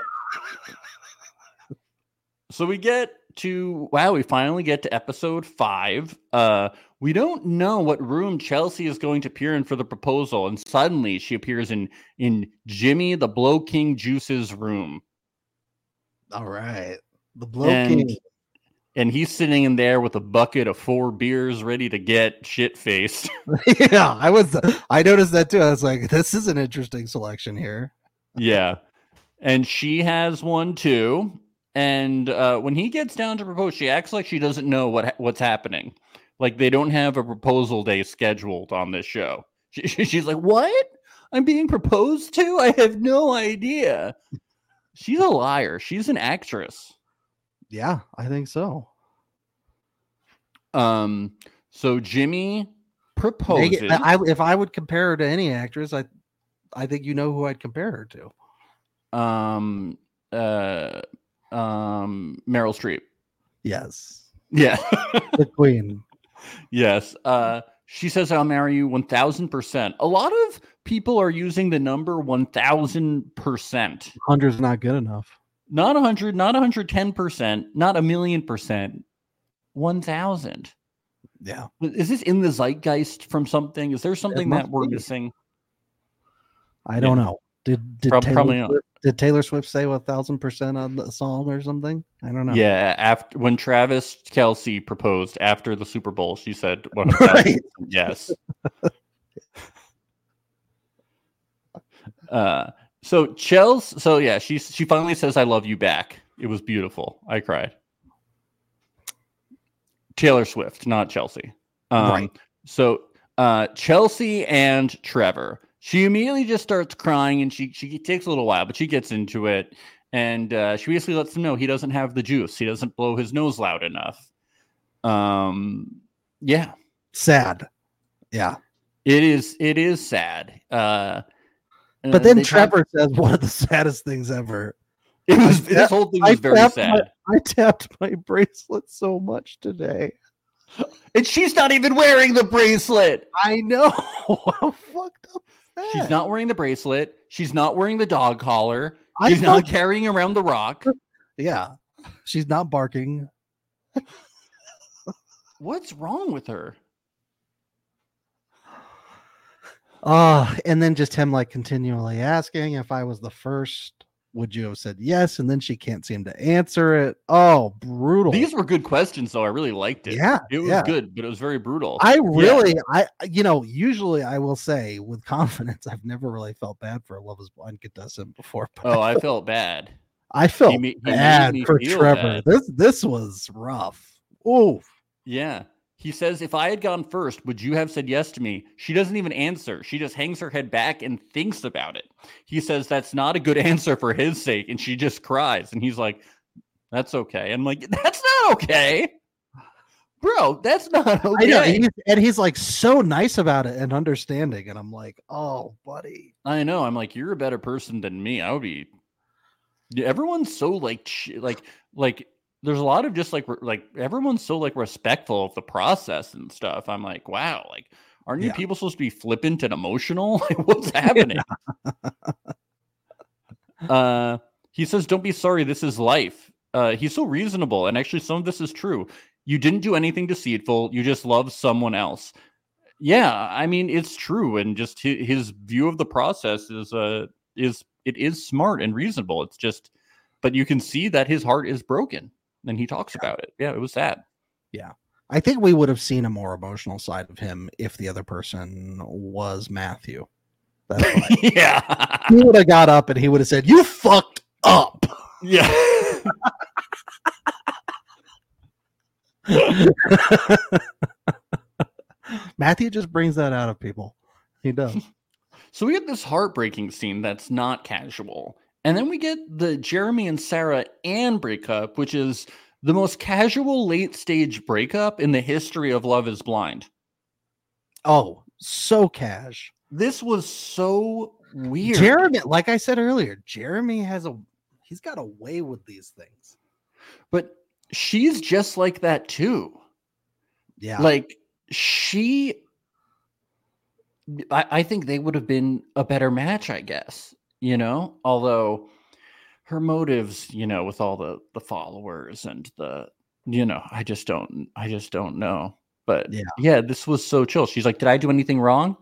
so we get to wow, we finally get to episode five. Uh we don't know what room Chelsea is going to appear in for the proposal, and suddenly she appears in in Jimmy the Blow King Juice's room. All right. The blow And- king. And he's sitting in there with a bucket of four beers ready to get shit faced. yeah, I was. I noticed that too. I was like, this is an interesting selection here. yeah. And she has one too. And uh, when he gets down to propose, she acts like she doesn't know what ha- what's happening. Like they don't have a proposal day scheduled on this show. She, she- she's like, "What? I'm being proposed to? I have no idea." She's a liar. She's an actress. Yeah, I think so. Um. So Jimmy proposes. Megan, I, I- if I would compare her to any actress, I, I think you know who I'd compare her to. um. Uh. Um. Meryl Streep. Yes, Yeah. the queen. Yes. Uh, she says, I'll marry you 1000%. A lot of people are using the number 1000%. 100 is not good enough. Not 100, not 110%, not a million percent, 1000. Yeah. Is this in the zeitgeist from something? Is there something that must we're be. missing? I don't know. Did did Prob- Taylor probably not. Swift, did Taylor Swift say a thousand percent on the song or something? I don't know. Yeah, after when Travis Kelsey proposed after the Super Bowl, she said 1000%. Right. Yes. uh, so Chels, so yeah, she she finally says "I love you" back. It was beautiful. I cried. Taylor Swift, not Chelsea. Um, Right. So uh, Chelsea and Trevor. She immediately just starts crying, and she she it takes a little while, but she gets into it, and uh, she basically lets him know he doesn't have the juice. He doesn't blow his nose loud enough. Um. Yeah Sad. Yeah. it is it is sad uh But uh, then they talk- Trevor says one of the saddest things ever. it was, this whole thing was I very tapped sad my- I tapped my bracelet so much today. and she's not even wearing the bracelet I know. How fucked up is that? she's not wearing the bracelet she's not wearing the dog collar I she's not thought- carrying around the rock Yeah. She's not barking. what's wrong with her Ah, and then just him like continually asking if I was the first, would you have said yes? And then she can't seem to answer it. Oh, brutal. these were good questions though i really liked it Yeah, it was yeah. good but it was very brutal I really, I you know, usually I will say with confidence, I've never really felt bad for a Love Is Blind contestant before. But oh i felt bad I felt he ma- he made bad me for feel Trevor. bad. This this was rough. Oh, yeah he says if i had gone first would you have said yes to me she doesn't even answer she just hangs her head back and thinks about it he says that's not a good answer for his sake and she just cries and he's like that's okay i'm like that's not okay bro that's not I know. okay and he's- and he's like so nice about it and understanding, and I'm like, oh, buddy. i know, i'm like you're a better person than me i would be Yeah, everyone's so like ch- like like there's a lot of just like re- like everyone's so like respectful of the process and stuff i'm like wow like aren't you Yeah. people supposed to be flippant and emotional like what's happening uh he says don't be sorry this is life uh he's so reasonable and actually some of this is true you didn't do anything deceitful you just love someone else yeah i mean it's true and just his, his view of the process is uh is it is smart and reasonable it's just but you can see that his heart is broken and he talks about it yeah it was sad I think we would have seen a more emotional side of him if the other person was Matthew. That's why. yeah he would have got up and he would have said, "You fucked up." yeah Matthew just brings that out of people. He does. so we get this heartbreaking scene that's not casual and then we get the jeremy and sarah and breakup which is the most casual late stage breakup in the history of love is blind Oh, so cash. this was so weird Jeremy, like I said earlier, Jeremy has a he's got a way with these things. but she's just like that too Yeah. like she I, I think they would have been a better match i guess you know although her motives you know with all the the followers and the you know i just don't i just don't know but Yeah. yeah this was so chill she's like did i do anything wrong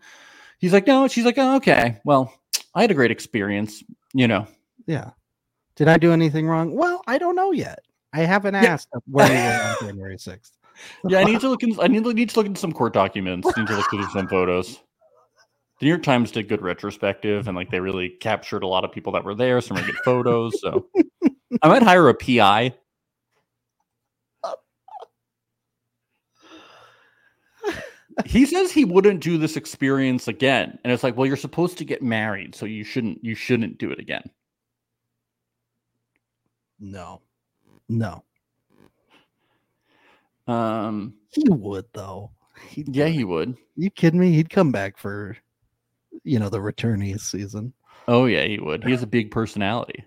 he's like no she's like oh, okay well i had a great experience you know yeah. Did I do anything wrong? Well, I don't know yet. I haven't asked where you were on January 6th. yeah i need to look in i need, need to look into some court documents need to look into some photos the new york times did good retrospective and like they really captured a lot of people that were there some really good photos so i might hire a pi he says he wouldn't do this experience again and it's like well you're supposed to get married so you shouldn't you shouldn't do it again No. No. um He would though. He yeah he would You kidding me? He'd come back for you know the returnees season. oh yeah he would he has a big personality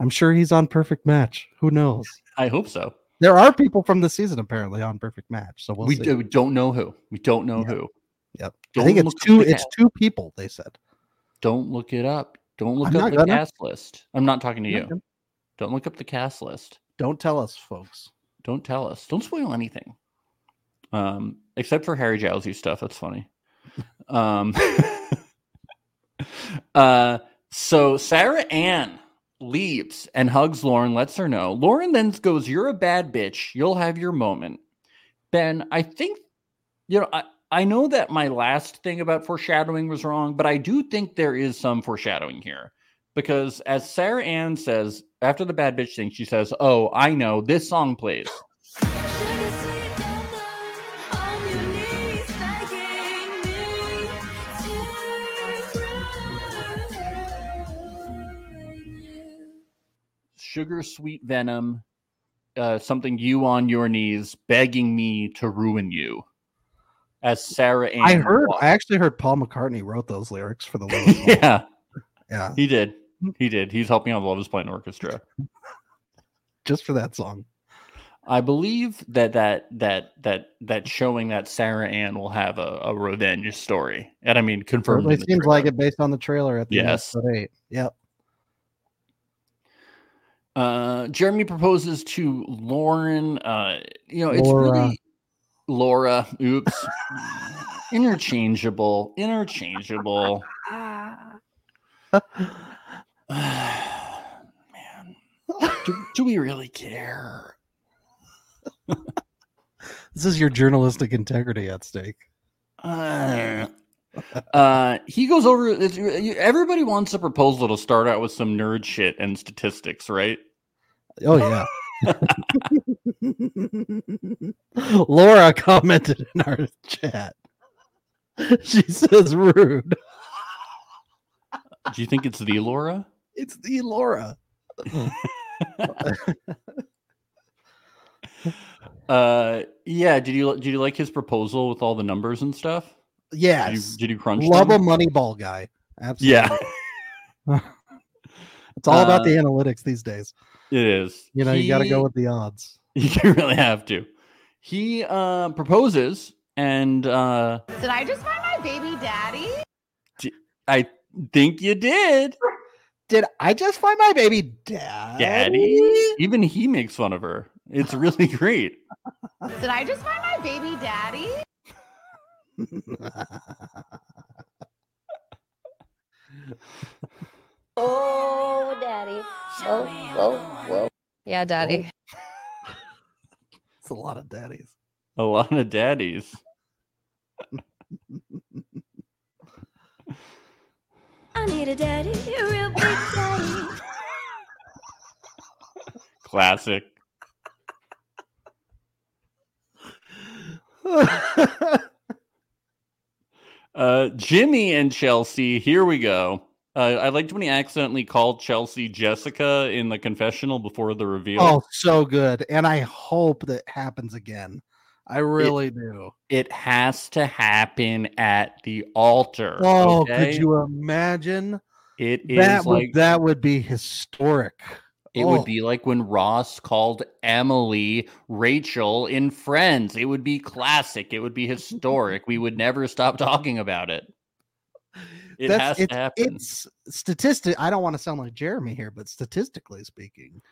I'm sure he's on perfect match. Who knows? i hope so There are people from the season apparently on perfect match. So we'll we, see. do, we don't know who. We don't know Yep. who. Yep. I Don't think look it's up two the it's two people, they said. Don't look it up. Don't look I'm up not the gonna. cast list. I'm not talking to I'm not you. gonna. Don't look up the cast list. Don't tell us, folks. Don't tell us. Don't spoil anything. Um, except for Harry Jowsey stuff. That's funny. Um, uh, so Sarah Ann leaves and hugs Lauren, lets her know. Lauren then goes, You're a bad bitch. You'll have your moment. Ben, I think, you know, I, I know that my last thing about foreshadowing was wrong, but I do think there is some foreshadowing here because as Sarah Ann says after the bad bitch thing, she says, "Oh, I know this song plays." Sugar sweet venom, uh, something you on your knees begging me to ruin you. As Sarah Ann, I heard. walks- I actually heard Paul McCartney wrote those lyrics for the Love. Is Blind. yeah, yeah, he did. He did. He's helping out Love Is Blind Orchestra. just for that song. I believe that that that that that showing that Sarah Ann will have a, a revenge story, and I mean confirmed. Certainly in the seems like trailer. it based on the trailer at the end of Yes. episode eight. Yep. Uh, Jeremy proposes to Lauren. Uh, you know, it's Laura. really Laura. Oops, interchangeable, interchangeable. Man, do, do we really care? This is your journalistic integrity at stake. Uh, uh, he goes over. it's- you- Everybody wants a proposal to start out with some nerd shit and statistics, right? Oh yeah. Laura commented in our chat. She says rude. Do you think it's the Laura? It's the Laura. Uh, yeah. Did you did you like his proposal with all the numbers and stuff? Did you, Yes. did you crunch? Love a them? moneyball guy. Absolutely. Yeah, It's all about Uh, the analytics these days. it is. You know, you gotta He- go with the odds. You really have to. He uh, proposes, and uh, Did I just find my baby daddy? I think you did, Did I just find my baby dad? Daddy. Even he makes fun of her. It's really great. Did I just find my baby daddy? Oh, daddy. Oh, whoa, whoa. Yeah, daddy. It's a lot of daddies. A lot of daddies. I need a daddy, a real big daddy. Classic. Uh, Jimmy and Chelsea. Here we go. Uh, I liked when he accidentally called Chelsea Jessica in the confessional before the reveal. oh, so good. And I hope that happens again. I really do. It has to happen at the altar. Oh, okay? could you imagine? It is That would like that would be historic. it oh. would be like when Ross called Emily Rachel in Friends. It would be classic. It would be historic. we would never stop talking about it. It That's- has to it's, happen. It's statistic. I don't want to sound like Jeremy here, but statistically speaking,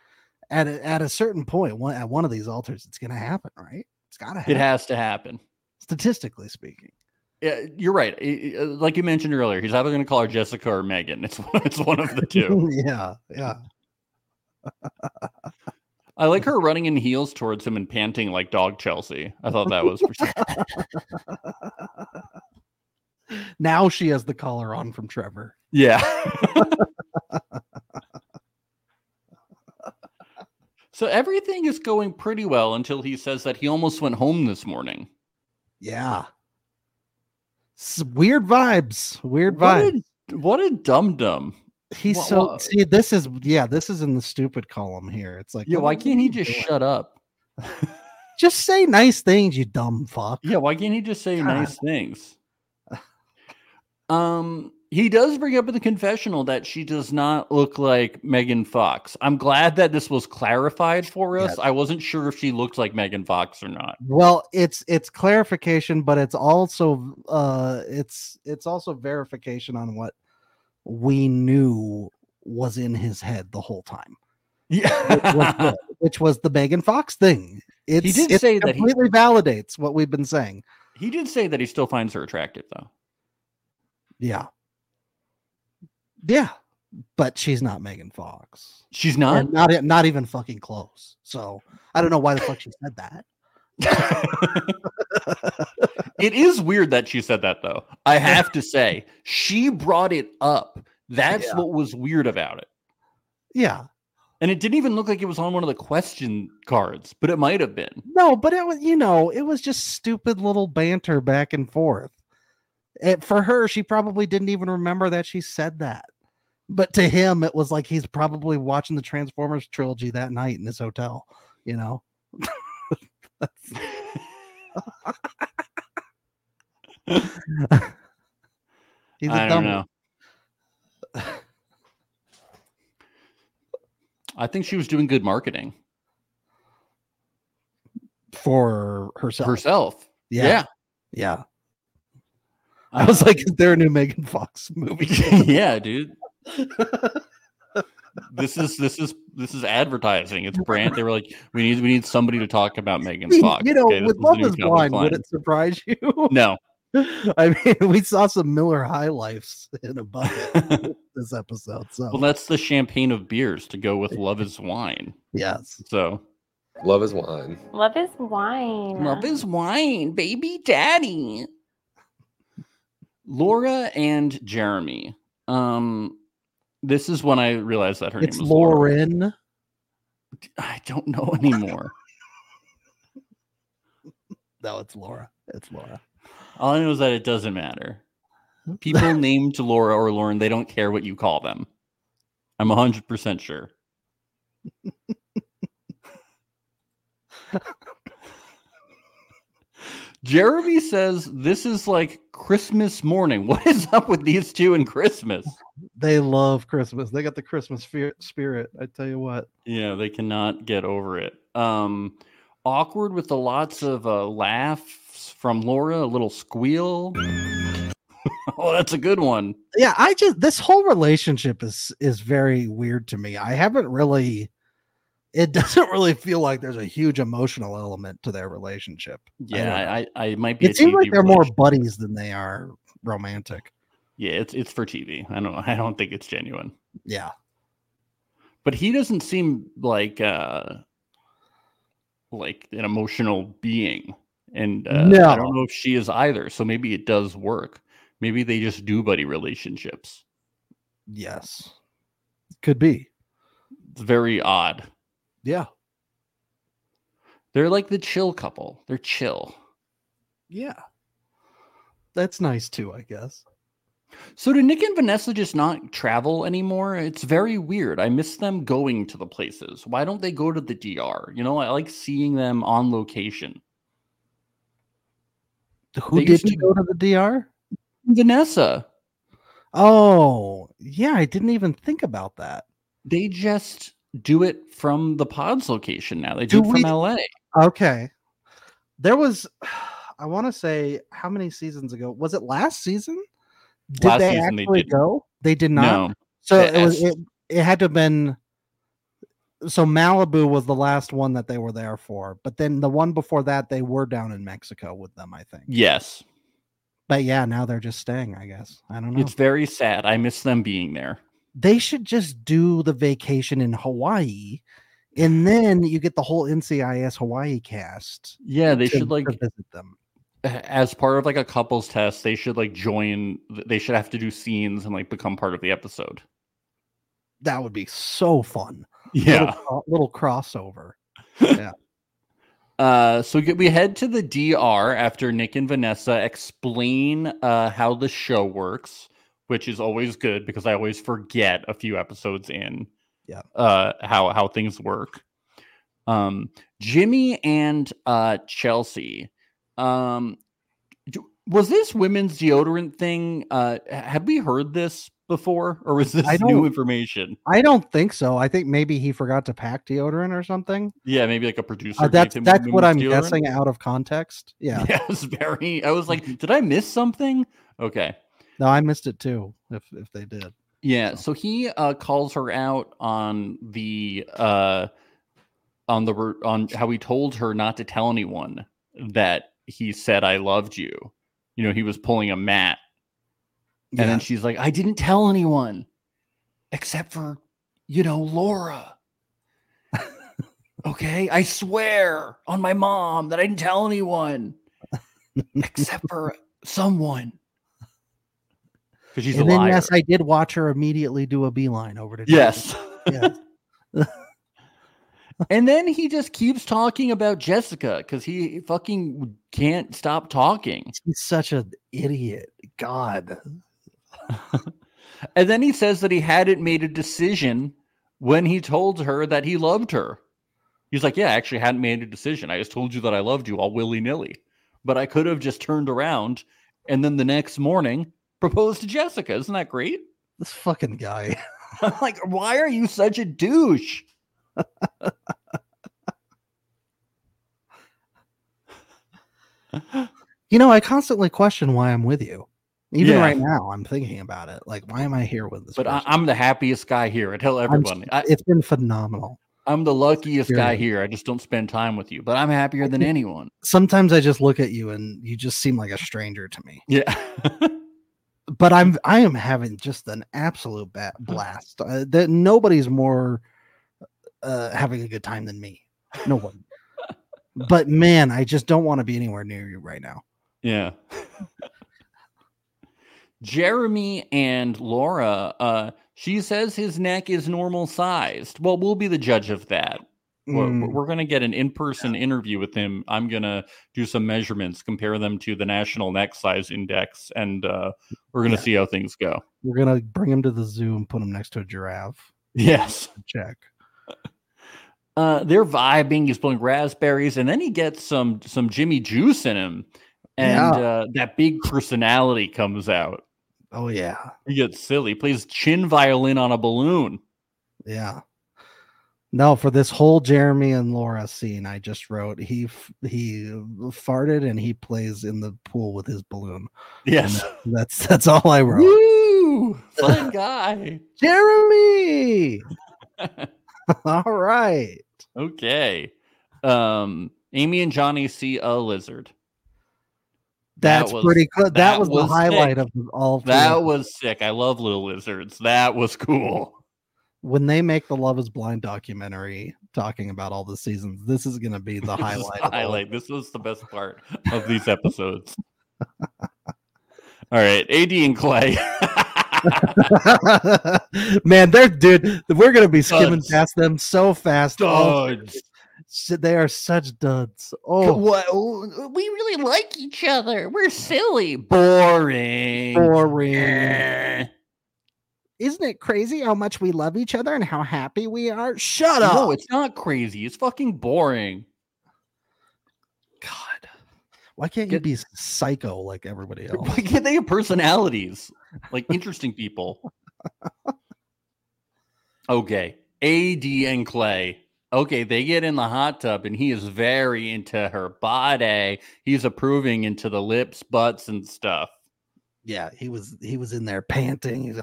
at a, at a certain point, one at one of these altars, it's going to happen, right? It's got to happen. it has to happen. statistically speaking, Yeah, you're right. I- I- uh, Like you mentioned earlier, he's either going to call her Jessica or Megan. It's one, it's one of the two. yeah, yeah. I like her running in heels towards him and panting like dog Chelsea. I thought that was pretty- Now she has the collar on from Trevor. yeah. so everything is going pretty well until he says that he almost went home this morning. Yeah. S- weird vibes. Weird What vibes. a, what a dum dum. He's wha- so wha- see. This is yeah. This is in the stupid column here. It's like Yeah, what why are can't he you just doing? shut up? just say nice things, you dumb fuck. Yeah, why can't he just say God. nice things? Um, he does bring up in the confessional that she does not look like Megan Fox. I'm glad that this was clarified for us. I wasn't sure if she looked like Megan Fox or not. Well, it's it's clarification, but it's also uh, it's it's also verification on what we knew was in his head the whole time. Yeah. Which was the, which was the Megan Fox thing. It's, did it say that he- completely validates what we've been saying. he did say that he still finds her attractive, though. Yeah. Yeah. But she's not Megan Fox. She's And not. not e- not even fucking close. So I don't know why the fuck she said that. it is weird that she said that, though. I have to say, she brought it up. That's Yeah. what was weird about it. Yeah. And it didn't even look like it was on one of the question cards, but it might have been. No, but it was you know, it was just stupid little banter back and forth. It, for her, she probably didn't even remember that she said that. But to him, it was like he's probably watching the Transformers trilogy that night in his hotel, you know. He's a I don't dumb know. I think she was doing good marketing for herself. herself. yeah. yeah. Yeah. I was like, is there a new Megan Fox movie? yeah, dude. this is this is this is advertising. It's brand. They were like, we need we need somebody to talk about Megan Fox. you know, okay? This with is the Love new is Calvin Blind, Klein." would it surprise you? No, I mean, we saw some Miller High Lifes in a bucket this episode. So, well, that's the champagne of beers to go with Love is Wine. yes. So Love is wine. Love is wine. is Wine, baby daddy. Laura and Jeremy. Um, this is when I realized that her It's name was Laura. Lauren. I don't know anymore. No, it's Laura. It's Laura. All I know is that it doesn't matter. People named Laura or Lauren, they don't care what you call them. I'm 100% sure. Jeremy says this is like Christmas morning. What is up with these two and Christmas? They love Christmas. They got the Christmas fear- spirit. I tell you what. Yeah, they cannot get over it. Um, awkward with the lots of uh, laughs from Laura, a little squeal. oh, that's a good one. yeah i just this whole relationship is is very weird to me i haven't really it doesn't really feel like there's a huge emotional element to their relationship Yeah, don't know. I, I, I might be. a it seems like TV they're more relation- buddies than they are romantic Yeah, it's it's for TV. I don't I don't think it's genuine. yeah But he doesn't seem like uh like an emotional being, and uh, I No. don't know if she is either. So maybe it does work. Maybe they just do buddy relationships. yes could be It's very odd. yeah They're like the chill couple. They're chill. yeah that's nice too i guess So do Nick and Vanessa just not travel anymore? It's very weird. I miss them going to the places. Why don't they go to the DR? You know, I like seeing them on location. who They used didn't to- go to the dr Vanessa, oh yeah i didn't even think about that they just do it from the pods location now. They Do do, it from we- LA. Okay. There was I want to say how many seasons ago? Was it last season? Did Last they season they actually didn't. go? They did not. No. so they it was it, asked. it had to have been so Malibu was the last one that they were there for, but then the one before that they were down in Mexico with them, I think. Yes. But yeah, now they're just staying, I guess. I don't know. It's very sad. I miss them being there. they should just do the vacation in Hawaii and then you get the whole NCIS Hawaii cast. Yeah, they to- should like to visit them. as part of like a couples test, they should like join they should have to do scenes and like become part of the episode. that would be so fun. Yeah. little, cro- little crossover. Uh, so get, we head to the DR after Nick and Vanessa explain uh, how the show works, which is always good because I always forget a few episodes in Yeah. uh, how how things work. Um, Jimmy and uh, Chelsea. Um, do- was this women's deodorant thing? Uh, h- had we heard this before, or was this new don't- information? I don't think so. I think maybe he forgot to pack deodorant or something. Yeah, maybe like a producer. Uh, gave that's him that's what women's I'm deodorant? guessing out of context. Yeah. Yeah, it was very. I was like, did I miss something? Okay. No, I missed it too. If if they did, Yeah, so he uh, calls her out on the uh, on the re- on how he told her not to tell anyone that he said I loved you. You know, he was pulling a mat, and then she's like, "I didn't tell anyone except for you know Laura." okay, I swear on my mom that I didn't tell anyone except for someone. Because she's and a then liar. yes, I did watch her immediately do a beeline over to Jason. Yes. Yes. and then he just keeps talking about Jessica because he fucking can't stop talking. He's such an idiot. God. And then he says that he hadn't made a decision when he told her that he loved her. He's like, Yeah, I actually hadn't made a decision. I just told you that I loved you all willy nilly. But I could have just turned around and then the next morning proposed to Jessica. Isn't that great? This fucking guy. I'm like, Why are you such a douche? You know, I constantly question why I'm with you. Even Yeah. right now, I'm thinking about it. Like, why am I here with this? But I, person? I'm the happiest guy here. I tell I'm- everyone. I, it's been phenomenal. I'm the luckiest guy Period. here. I just don't spend time with you, but I'm happier than anyone. Sometimes I just look at you and you just seem like a stranger to me. Yeah. But I'm I am having just an absolute ba- Mm. blast. Uh, that nobody's more uh, having a good time than me. No one. but man, I just don't want to be anywhere near you right now. yeah. Jeremy and Laura, uh, she says his neck is normal sized. Well, we'll be the judge of that. We're, Mm. we're going to get an in person interview with him. I'm going to do some measurements, compare them to the National Neck Size Index, and uh, we're going to Yeah. see how things go. We're gonna bring him to the zoo and put him next to a giraffe. Yes. Check. uh, they're vibing. He's blowing raspberries, and then he gets some some Jimmy Juice in him, and Yeah. uh, that big personality comes out. Oh yeah, He gets silly. Plays chin violin on a balloon. yeah. No, for this whole Jeremy and Laura scene, I just wrote he f- he uh, farted and he plays in the pool with his balloon. Yes. That's that's all I wrote. Woo! Fun guy. Jeremy. all right. okay. Um, Amy and Johnny see a lizard. That That's was- pretty good. That, that was, was the highlight sick. of all. three That of- was sick. I love little lizards. That was cool. when they make the Love Is Blind documentary talking about all the seasons. This is going to be the This is highlight. of the all of highlight. This was the best part of these episodes. All right, AD and Clay. Oh, Man, they're dude. We're gonna be skimming Duds. past them so fast. Oh, Duds. shit, they are such duds. Oh, What? We really like each other. We're silly. Boring. boring! Eh. Isn't it crazy how much we love each other and how happy we are? Shut up! No, it's not crazy. It's fucking boring. God. Why can't you Get- be psycho like everybody else? Why can't they have personalities? Like interesting people. Okay. AD and Clay. Okay, they get in the hot tub and he is very into her body. He's approving into the lips, butts, and stuff. Yeah, he was he was in there panting. He's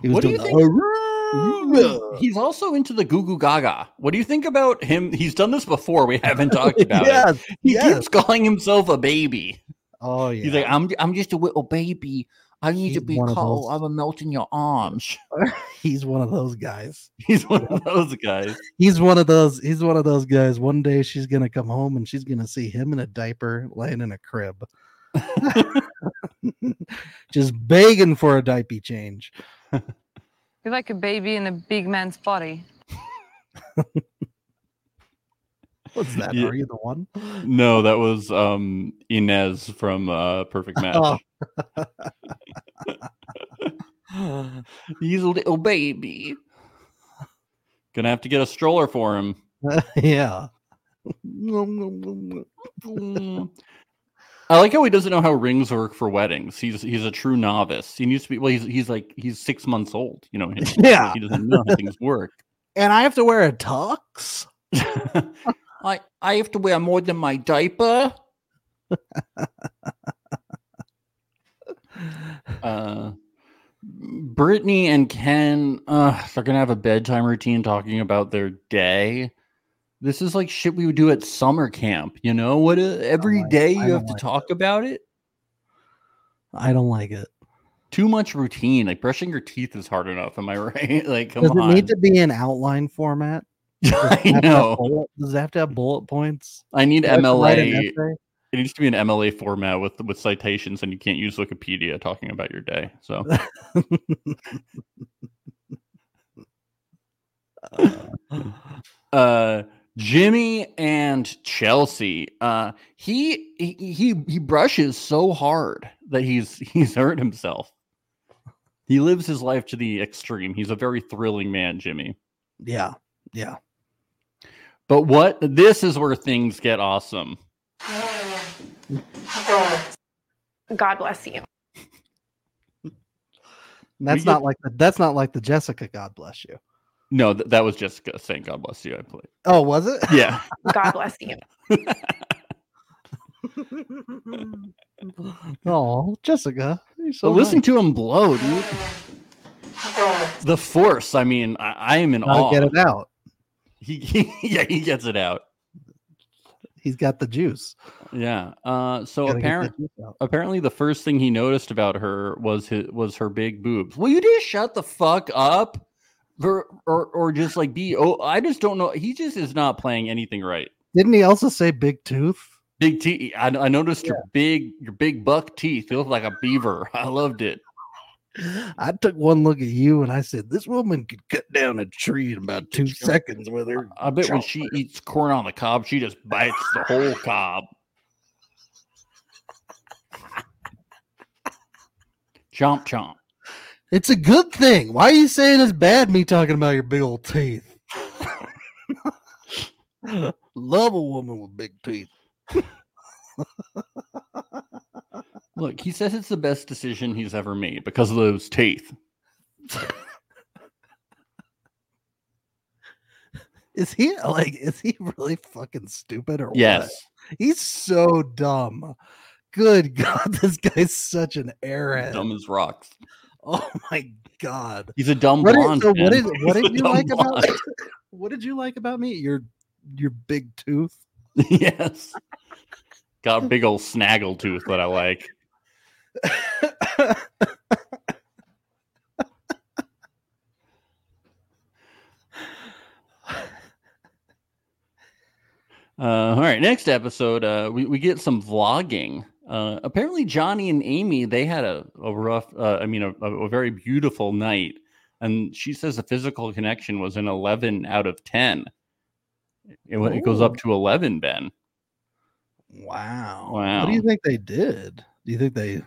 he was What do you doing think? the- He's also into the goo goo gaga. What do you think about him? He's done this before. We haven't talked about it. Yes, He yes. keeps calling himself a baby. Oh yeah. He's like, I'm I'm just a little baby. I need to He's be one of cold. those. I'm a melt in your arms. he's one of those guys. He's one of those guys. He's one of those. He's one of those guys. One day she's gonna come home and she's gonna see him in a diaper laying in a crib, just begging for a diaper change. You're like a baby in a big man's body. What's that? Yeah. Are you the one? No, that was um Inez from uh Perfect Oh. Match. He's a little baby. Gonna have to get a stroller for him. yeah. Mm. I like how he doesn't know how rings work for weddings. He's he's a true novice. He needs to be well, he's he's like he's six months old, you know. and Yeah. He doesn't know how things work. And I have to wear a tux. I I have to wear more than my diaper. Uh, Brittany and Ken, uh, they're gonna have a bedtime routine talking about their day. This is like shit we would do at summer camp. You know what? Uh, every day you have to talk about it. I don't like it. Too much routine. Like brushing your teeth is hard enough. Am I right? Like, come Does it on. need to be in outline format? I know. Does it have to have bullet points? I need Do I have to write an MLA. essay? It needs to be an MLA format with with citations, and you can't use Wikipedia talking about your day. So uh Jimmy and Chelsea. Uh he he he he brushes so hard that he's he's hurt himself. He lives his life to the extreme. He's a very thrilling man, Jimmy. Yeah. Yeah. But what this is where things get awesome. God bless you. And that's We not get- like the, that's not like the Jessica. God bless you. No, th- that was Jessica saying God bless you. I believe. Oh, was it? Yeah. God bless you. Oh, Jessica. you're so So listen nice. to him blow, dude. The force. I mean, I, I am in Gotta awe. get it out. He, he- yeah, he gets it out. He's got the juice. Yeah. Uh, so Gotta get apparent, that juice out. apparently, the first thing he noticed about her was his, was her big boobs. Will you just shut the fuck up, or or, or just like be? Oh, I just don't know. He just is not playing anything right. Didn't he also say big tooth? Big T. I, I noticed your big your big buck teeth. You look like a beaver. I loved it. I took one look at you and I said, "This woman could cut down a tree in about two seconds with her." I bet when she eats corn on the cob, she just bites the whole cob. Chomp chomp. It's a good thing. Why are you saying it's bad? Me talking about your big old teeth. Love a woman with big teeth. Look, he says it's the best decision he's ever made because of those teeth. Is he like? Is he really fucking stupid or Yes. what? He's so dumb. Good God, this guy's such an airhead. Dumb as rocks. Oh my God. He's a dumb What did, blonde. so what man. did what He's did a you dumb like about blonde. what did you like about me? Your your big tooth. yes. Got a big old snaggle tooth that I like. Uh, all right, next episode, uh, we, we get some vlogging. Uh, apparently, Johnny and Amy they had a, a rough, uh, I mean, a, a a very beautiful night, and she says the physical connection was an eleven out of ten. It, wa- it goes up to eleven, Ben. Wow. What Wow. do you think they did? Do you think they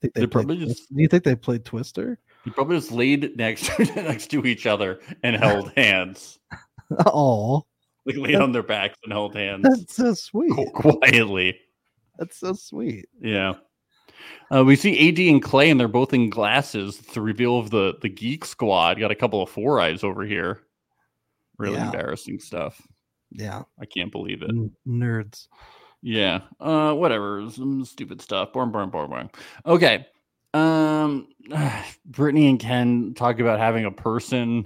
think They they, played probably Twist- just- do you think they played Twister? You probably just laid next to, next to each other and held hands, Oh, like laid on their backs and held hands that's so sweet. qu- quietly. That's so sweet. Yeah. Uh, we see AD and Clay, and they're both in glasses. It's the reveal of the the Geek Squad. Got a couple of four eyes over here. Really Yeah. embarrassing stuff. Yeah. I can't believe it. N- Nerds. Yeah. Uh, whatever. Some stupid stuff. Boring, boring, boring, boring. Okay. Um, Brittany and Ken talk about having a person,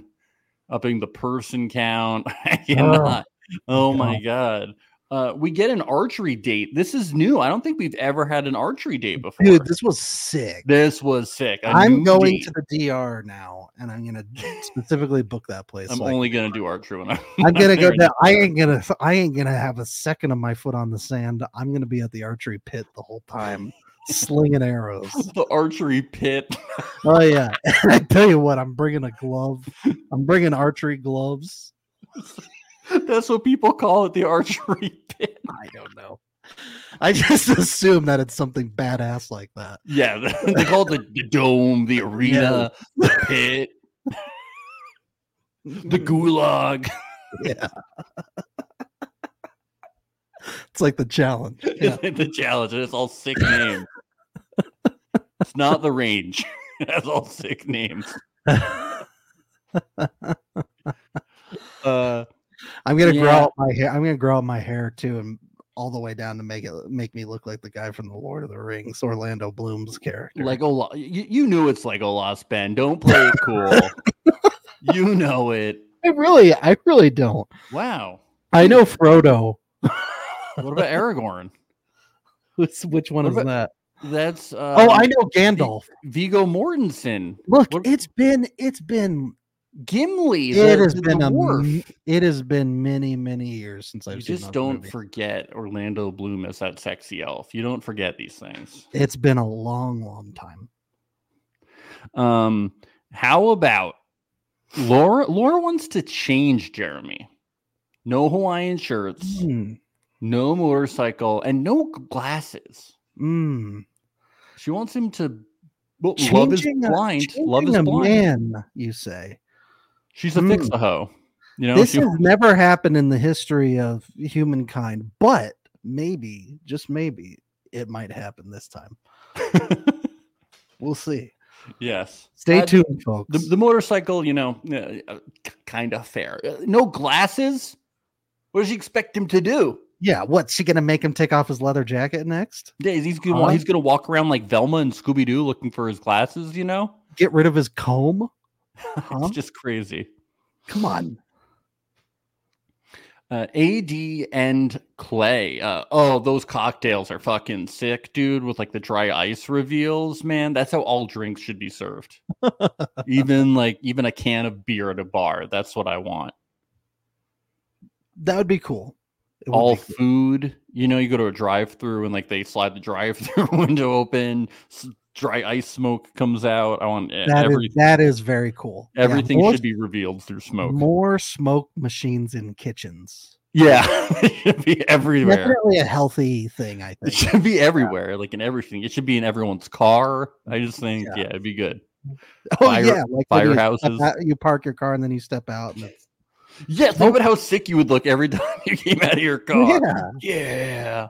upping the person count. I cannot. Oh, my god. Uh, we get an archery date. This is new. I don't think we've ever had an archery date before. Dude, this was sick. This was sick. i I'm going to the DR now and I'm gonna specifically book that place. I'm so I only gonna do archery when I'm. I'm gonna go there. down. I ain't gonna. I ain't gonna have a second of my foot on the sand. I'm gonna be at the archery pit the whole time, slinging arrows. the archery pit. Oh yeah! I tell you what, I'm bringing a glove. I'm bringing archery gloves. That's what people call it. The archery pit. I don't know. I just assume that it's something badass like that. Yeah, they call it the, the dome, the arena, the pit, the gulag. Yeah. it's like the challenge. Yeah. the challenge. and It's all sick names. it's not the range. That's all sick names. Uh, I'm gonna grow Yeah. Uh, out my hair. I'm gonna grow out my hair too, and all the way down to make it make me look like the guy from the Lord of the Rings, Orlando Bloom's character. Like Ola, you, you knew it's like Olas Ben. Don't play it cool. you know it. I really, I really don't. Wow. I know Frodo. What about Aragorn? Which, which one What is about- that? That's uh, Oh, I know Gandalf. Vigo Mortensen. Look, it's been it's been Gimli. it the- has the been a dwarf. m- it has been many many years since I've You seen just those don't movies. forget Orlando Bloom as that sexy elf. You don't forget these things. It's been a long long time. Um, how about Laura? Laura wants to change Jeremy. No Hawaiian shirts, Hmm. no motorcycle, and no glasses. Mm. She wants him to. Well, love is Changing a- blind. Love changing is a blind. man, you say. She's a Hmm. fix a hoe. You know, this she- has never happened in the history of humankind, but maybe, just maybe, it might happen this time. we'll see. yes. Stay Uh, tuned, folks. The, the motorcycle, you know, uh, kind of fair. Uh, No glasses. What does she expect him to do? yeah, what's she gonna make him take off his leather jacket next? Yeah, he's gonna wa- Huh? he's gonna walk around like Velma and Scooby Doo looking for his glasses. You know, Get rid of his comb? Huh? it's just crazy. Come on. Uh, Ad and Clay. Uh, oh, those cocktails are fucking sick, dude. With like the dry ice reveals, man. That's how all drinks should be served. even like even a can of beer at a bar. That's what I want. That would be cool. It would all be cool. food. You know, you go to a drive-through and like they slide the drive-through window open. S- dry ice smoke comes out. I want eh, That is- every, that is very cool. Yeah, everything more- should be revealed through smoke. more smoke machines in kitchens. Yeah, it should be everywhere. Definitely a healthy thing, I It think. should be everywhere, like in everything. It should be in everyone's car. I just think, yeah, it'd be good. Oh Fire- yeah, like when you step firehouses. out- You park your car and then you step out. And it's, Yeah, think about how sick you would look every time you came out of your car. Yeah. Yeah.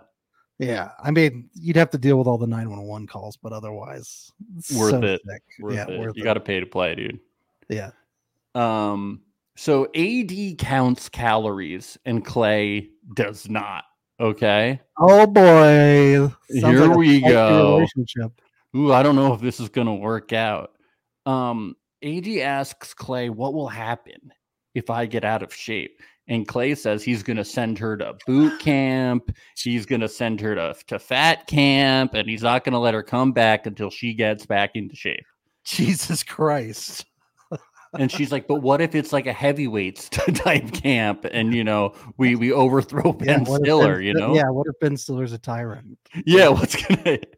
yeah, I mean, you'd have to deal with all the nine one one calls, but otherwise, it's Worth so it. sick. Worth yeah, it. worth you it. got to pay to play, dude. yeah. Um, so AD counts calories and Clay does not. Okay. Oh boy, Sounds Here a we healthy go. Relationship. Ooh, I don't know if this is going to work out. Um, AD asks Clay, what will happen if I get out of shape? And Clay says he's going to send her to boot camp. He's going to send her to, to fat camp. And he's not going to let her come back until she gets back into shape. Jesus Christ. And she's like, but what if it's like a heavyweights type camp? And, you know, we, we overthrow Ben what if Stiller, Ben you Sti- know? Yeah, what if Ben Stiller's a tyrant? Yeah, what's gonna?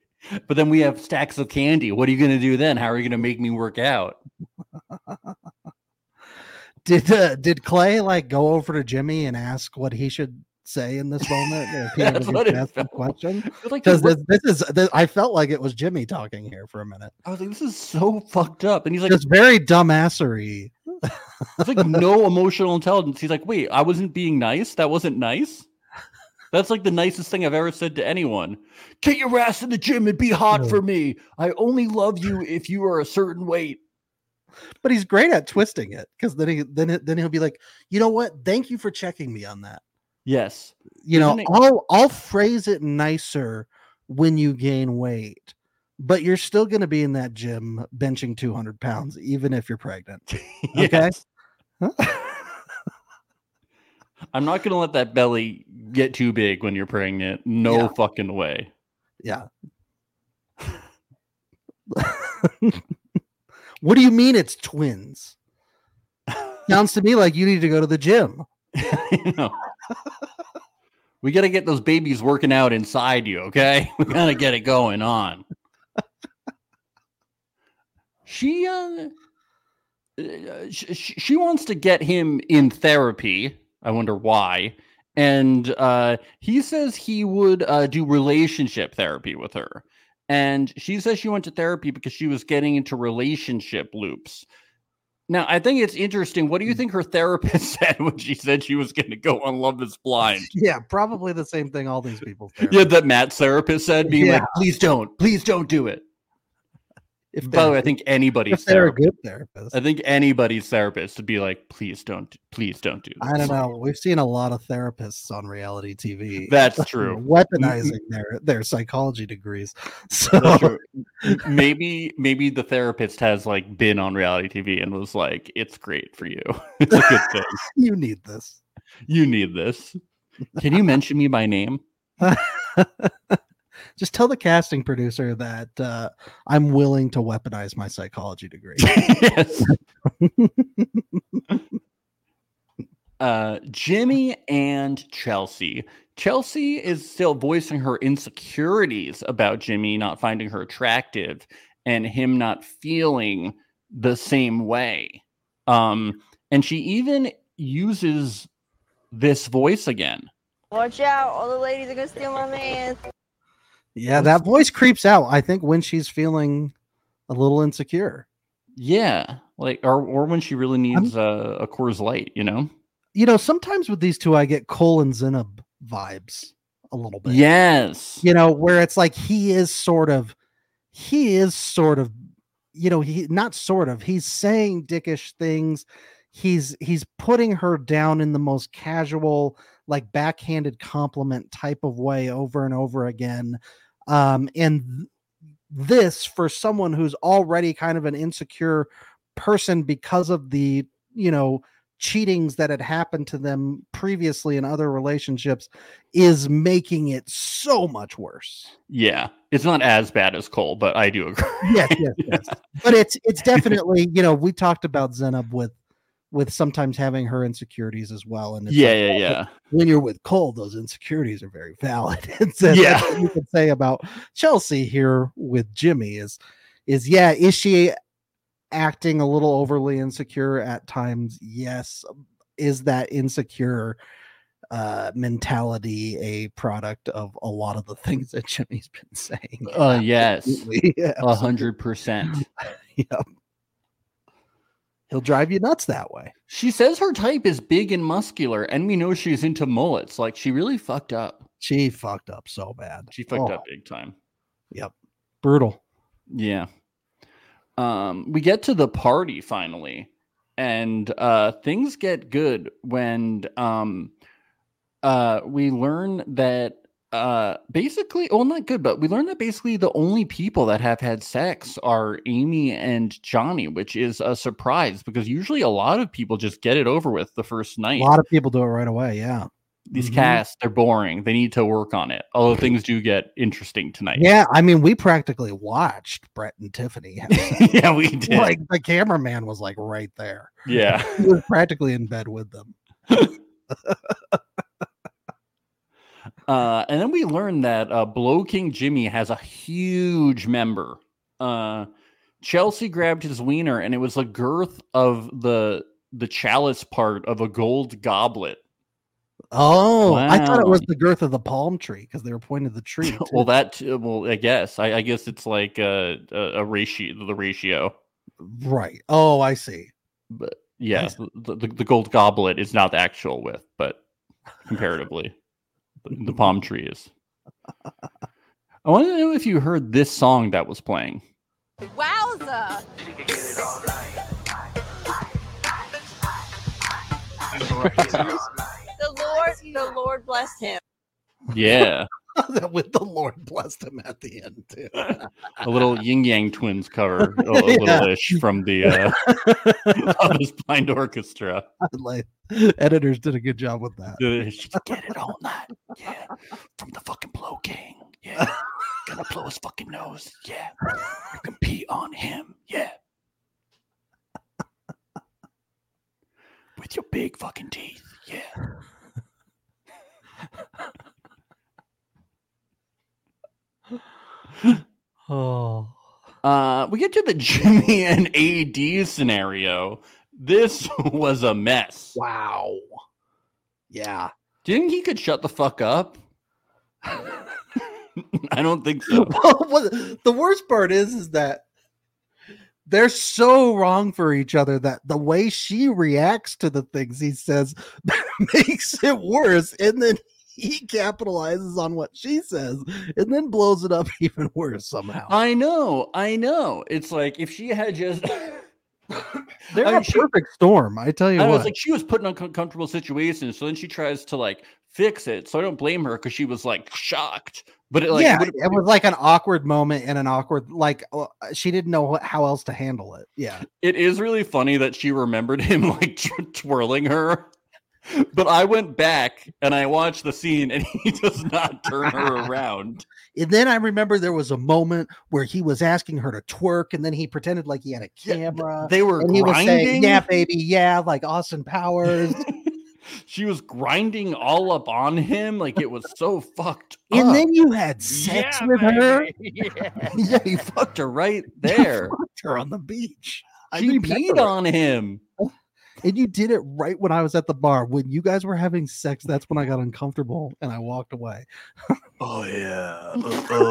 But then we have stacks of candy. What are you gonna do then? How are you gonna make me work out? Did uh, did Clay like go over to Jimmy and ask what he should say in this moment? If he That's ever what it gets asked the felt question? I was like, Because dude, this, what- this is, this, I felt like it was Jimmy talking here for a minute. I was like, this is so fucked up. And he's like, Just very dumbassery. it's like no emotional intelligence. He's like, wait, I wasn't being nice. That wasn't nice. That's like the nicest thing I've ever said to anyone. Get your ass in the gym and be hot Yeah. for me. I only love you if you are a certain weight. but he's great at twisting it because then he then it- then he'll be like, you know what? Thank you for checking me on that. Yes. You know, Isn't it- I'll I'll phrase it nicer when you gain weight, but you're still going to be in that gym benching 200 pounds even if you're pregnant. Okay. Yes. I'm not gonna let that belly get too big when you're pregnant. No Yeah. fucking way. yeah. what do you mean it's twins? Sounds to me like you need to go to the gym. You know. we got to get those babies working out inside you, okay? We got to get it going on. She uh uh, she, she she wants to get him in therapy. I wonder why. And uh he says he would uh do relationship therapy with her. And she says she went to therapy because she was getting into relationship loops. Now, I think it's interesting. What do Mm. you think her therapist said when she said she was going to go on Love is Blind? Yeah, probably the same thing all these people. Yeah, that Matt's therapist said, being Yeah. like, please don't, please don't do it. If By the way, I think anybody's if they're a therapist- good therapist. I think anybody's therapist would be like, please don't, please don't do. I don't know. We've seen a lot of therapists on reality TV. That's true. Weaponizing their their psychology degrees. So That's true. M- maybe maybe the therapist has like been on reality TV and was like, it's great for you. it's a good thing. you need this. You need this. Can you mention me by name? Just tell the casting producer that uh, I'm willing to weaponize my psychology degree. yes. uh, Jimmy and Chelsea. Chelsea is still voicing her insecurities about Jimmy not finding her attractive and him not feeling the same way. Um, and she even uses this voice again. Watch out, all the ladies are gonna steal my man. Yeah, that voice creeps out. I think when she's feeling a little insecure. Yeah, like or or when she really needs uh, a Coors Light, you know. You know, sometimes with these two, I get Cole and Zenab vibes a little bit. Yes. You know, where it's like he is sort of, he is sort of, you know, he not sort of, he's saying dickish things. He's he's putting her down in the most casual, like backhanded compliment type of way over and over again. Um, and th- this for someone who's already kind of an insecure person because of the, you know, cheatings that had happened to them previously in other relationships is making it so much worse. Yeah, it's not as bad as Cole, but I do agree. Yes, yes, yes. But it's it's definitely, you know, we talked about Zenub with with sometimes having her insecurities as well. And it's Yeah, like, yeah, oh, yeah. When you're with Cole, those insecurities are very valid. and so Yeah. that's what you can say about Chelsea here with Jimmy is is yeah, is she acting a little overly insecure at times? Yes. Is that insecure uh mentality a product of a lot of the things that Jimmy's been saying? Uh, yes, "Oh, Absolutely. Yeah, a hundred percent. Yep. He'll drive you nuts that way. She says her type is big and muscular, and we know she's into mullets. Like she really fucked up. She fucked up so bad. She fucked Oh. up big time. Yep. Brutal. Yeah. Um, we get to the party finally, and uh, things get good when um, uh, we learn that uh, basically, well, not good, but we learn that basically the only people that have had sex are Amy and Johnny, which is a surprise because usually a lot of people just get it over with the first A night. lot of people do it right away. Yeah. These Mhm. casts, they're boring. They need to work on it. Although things do get interesting tonight. Yeah. I mean, we practically watched Brett and Tiffany. have sex. yeah, we did. like the cameraman was like right there. yeah. He was practically in bed with them. Uh, and then we learn that uh, Blow King Jimmy has a huge member. Uh, Chelsea grabbed his wiener, and it was the girth of the the chalice part of a gold goblet. Oh, I thought it Wow. was the girth of the palm tree because they were pointing to the tree. too. Well, that too- well, I guess I, I guess it's like uh, a, a ratio, the ratio. right. Oh, I see. But yes, the, the, the gold goblet is not the actual width, but comparatively, the, the palm tree is. I want to know if you heard this song that was playing. Wowza. The Lord, the Lord blessed him. Yeah, With the Lord blessed him at the end, too. a little yin yang twins cover, a, a Yeah. little ish from the uh, of this blind orchestra. like, editors did a good job with that. Get it all night, yeah, from the fucking blow king, yeah, gonna blow his fucking nose, yeah, you can pee on him, yeah, with your big fucking teeth, yeah. Oh. Uh, we get to the Jimmy and AD scenario. This was a mess. Wow. Yeah. Do you think he could shut the fuck up? I don't think so. well, what, the worst part is is that they're so wrong for each other that the way she reacts to the things he says makes it worse and then he capitalizes on what she says and then blows it up even worse somehow. Uh, I know, I know. It's like if she had just They're I a mean, she- perfect storm. I tell you I what. was like, she was put in uncomfortable situations, so then she tries to like fix it. So I don't blame her because she was like shocked. But it, like, yeah, would've- it was like an awkward moment and an awkward like uh, she didn't know what, how else to handle it. Yeah, it is really funny that she remembered him like tw- twirling her. But I went back and I watched the scene, and he does not turn her around. and then I remember there was a moment where he was asking her to twerk, and then he pretended like he had a camera. They were and grinding. he was saying, "Yeah, baby, yeah," like Austin Powers. She was grinding all up on him, like it was so fucked. and up. then you had sex Yeah, with her. yeah, he fucked her right there. fucked her on the beach. I She remember peed it. on him. And you did it right when I was at the bar. When you guys were having sex, that's when I got uncomfortable and I walked away. Oh yeah.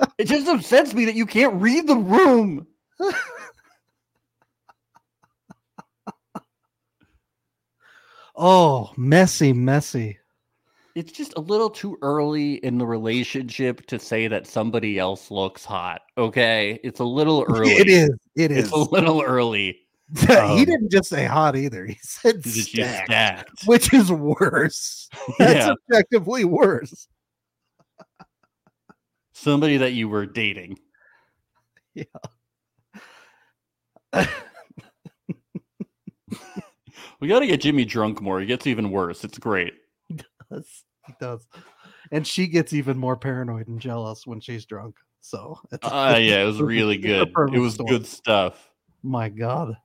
Uh, It just upsets me that you can't read the room. Oh, messy, messy. It's just a little too early in the relationship to say that somebody else looks hot. Okay, it's a little early. It is. It is. It's a little early. Um, he didn't just say hot either. He said It's just stacked, stacked. which is worse. That's Yeah. objectively worse. Somebody that you were dating. Yeah. We got to get Jimmy drunk more. He gets even worse. It's great. That's- He does. And she gets even more paranoid and jealous when she's drunk. So, it's- Ah, yeah, it was really it's a good. It perfect was storm. good stuff. My God.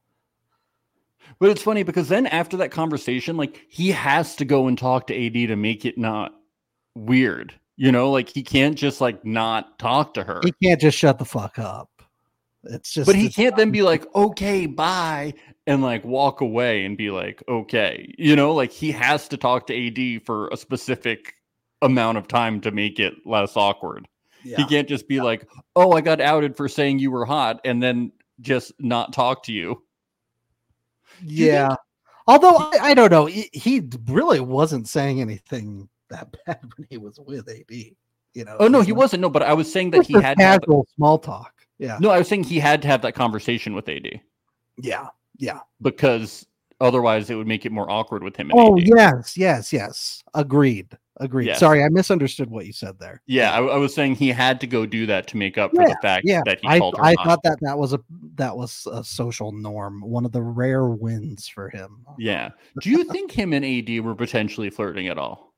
But it's funny because then after that conversation, like he has to go and talk to AD to make it not weird. You know, like he can't just like not talk to her. He can't just shut the fuck up. It's just. but he it's can't then be like, okay, bye, and like walk away and be like, okay. You know, like he has to talk to AD for a specific amount of time to make it less awkward. He can't just be like, oh, I got outed for saying you were hot and then just not talk to you. you Yeah. Although I, I don't know, he, he really wasn't saying anything that bad when he was with AD. You know. Oh, no, it's he not- wasn't. No, but I was saying that it's he Mm-hmm. just had to have- casual small talk. Yeah. No, I was saying he had to have that conversation with AD Yeah. Yeah. because otherwise it would make it more awkward with him. And Oh AD. yes, yes, yes. Agreed. Agreed. Yes. Sorry, I misunderstood what you said there. Yeah, I, I was saying he had to go do that to make up for the fact yeah, that he I, called her. I hot. thought that that was a that was a social norm, one of the rare wins for him. Yeah. Do you think him and AD were potentially flirting at all?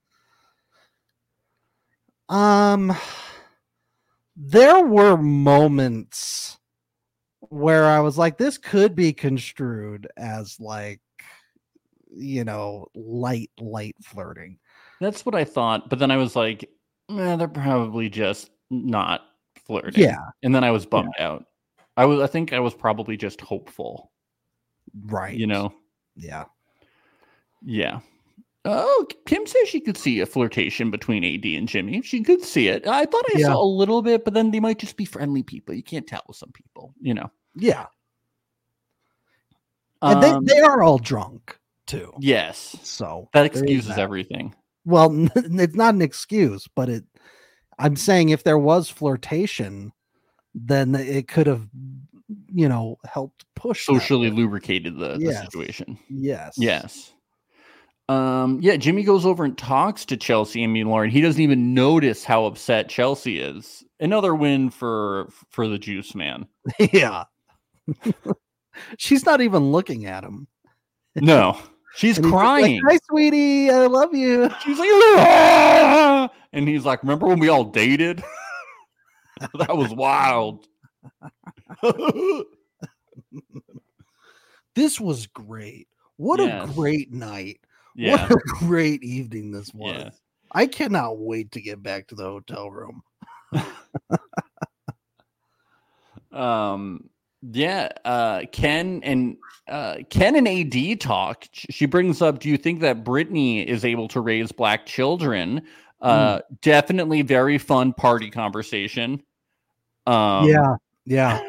Um, there were moments where I was like, this could be construed as like, you know, light, light flirting. That's what I thought. But then I was like, eh, they're probably just not flirting. Yeah. And then I was bummed out. I was. I think I was probably just hopeful. Right. You know. Yeah. Yeah. Oh, Kim says she could see a flirtation between AD and Jimmy. She could see it. I thought I Yeah. saw a little bit, but then they might just be friendly people. You can't tell with some people, you know. Yeah. And Um, they, they are all drunk too. yes, So that there is excuses that. everything. Well, it's not an excuse, but it, I'm saying if there was flirtation, then it could have, you know, helped push that. Socially lubricated the, the Yes. situation. Yes. Yes. Um, yeah, Jimmy goes over and talks to Chelsea and me and Lauren. He doesn't even notice how upset Chelsea is. Another win for for the juice man. Yeah. She's not even looking at him. No. She's And he's just like, crying. Hi, sweetie. I love you. She's like, "Ah!" and he's like, remember when we all dated? that was wild. This was great. What Yes. a great night. yeah. What a great evening this was. Yeah. I cannot wait to get back to the hotel room. Um yeah, uh Ken and uh Ken and AD talk. Sh- She brings up, do you think that Brittany is able to raise black children? Uh definitely very fun party conversation. Um yeah. Yeah.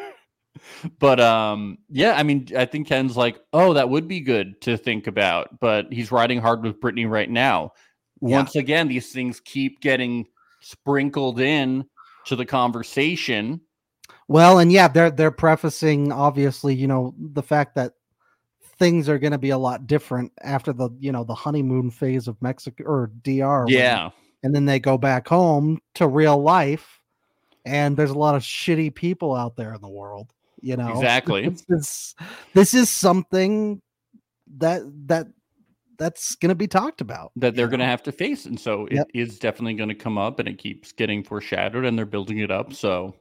but um yeah i mean i think ken's like oh that would be good to think about but he's riding hard with brittany right now once again, these things keep getting sprinkled in to the conversation. Well, and yeah, they're they're prefacing obviously, you know, the fact that things are going to be a lot different after the you know the honeymoon phase of Mexico or DR. when- Yeah. and then they go back home to real life, and there's a lot of shitty people out there in the world. You know Exactly. This is this is something that that that's going to be talked about. that they're going to have to face. And so Yep. it is definitely going to come up and it keeps getting foreshadowed and they're building it up. So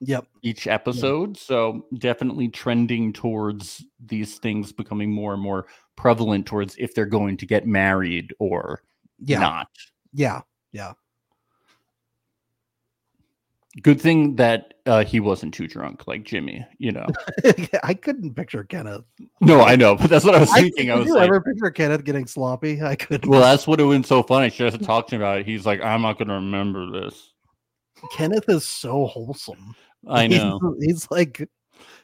Yep. each episode. So definitely trending towards these things becoming more and more prevalent towards if they're going to get married or Yeah. not. Yeah. Yeah. Good thing that uh, he wasn't too drunk like Jimmy, you know. I couldn't picture Kenneth. No, I know, but that's what I was thinking. I, could was you like, ever picture Kenneth getting sloppy? I could. well, that's what it was so funny. She just talked to me about it. He's like, I'm not going to remember this. Kenneth is so wholesome. I He's- know. He's, like,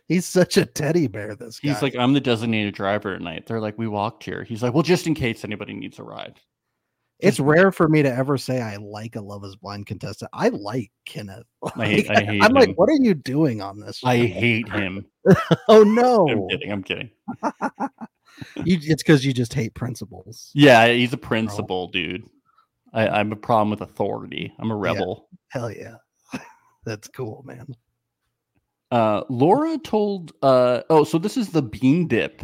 he's such a teddy bear. This guy. He's like, I'm the designated driver at night. They're like, we walked here. He's like, well, just in case anybody needs a ride. it's rare for me to ever say I like a Love Is Blind contestant. I like Kenneth. I hate- Like, I hate I'm him. like, what are you doing on this? I show?" hate him. Oh no! I'm kidding. I'm kidding. You, it's because you just hate principles. Yeah, he's Oh. a principal, dude. I, I'm a problem with authority. I'm a rebel. Hell yeah, that's cool, man. Uh, Laura told, uh, oh, so this is the bean dip.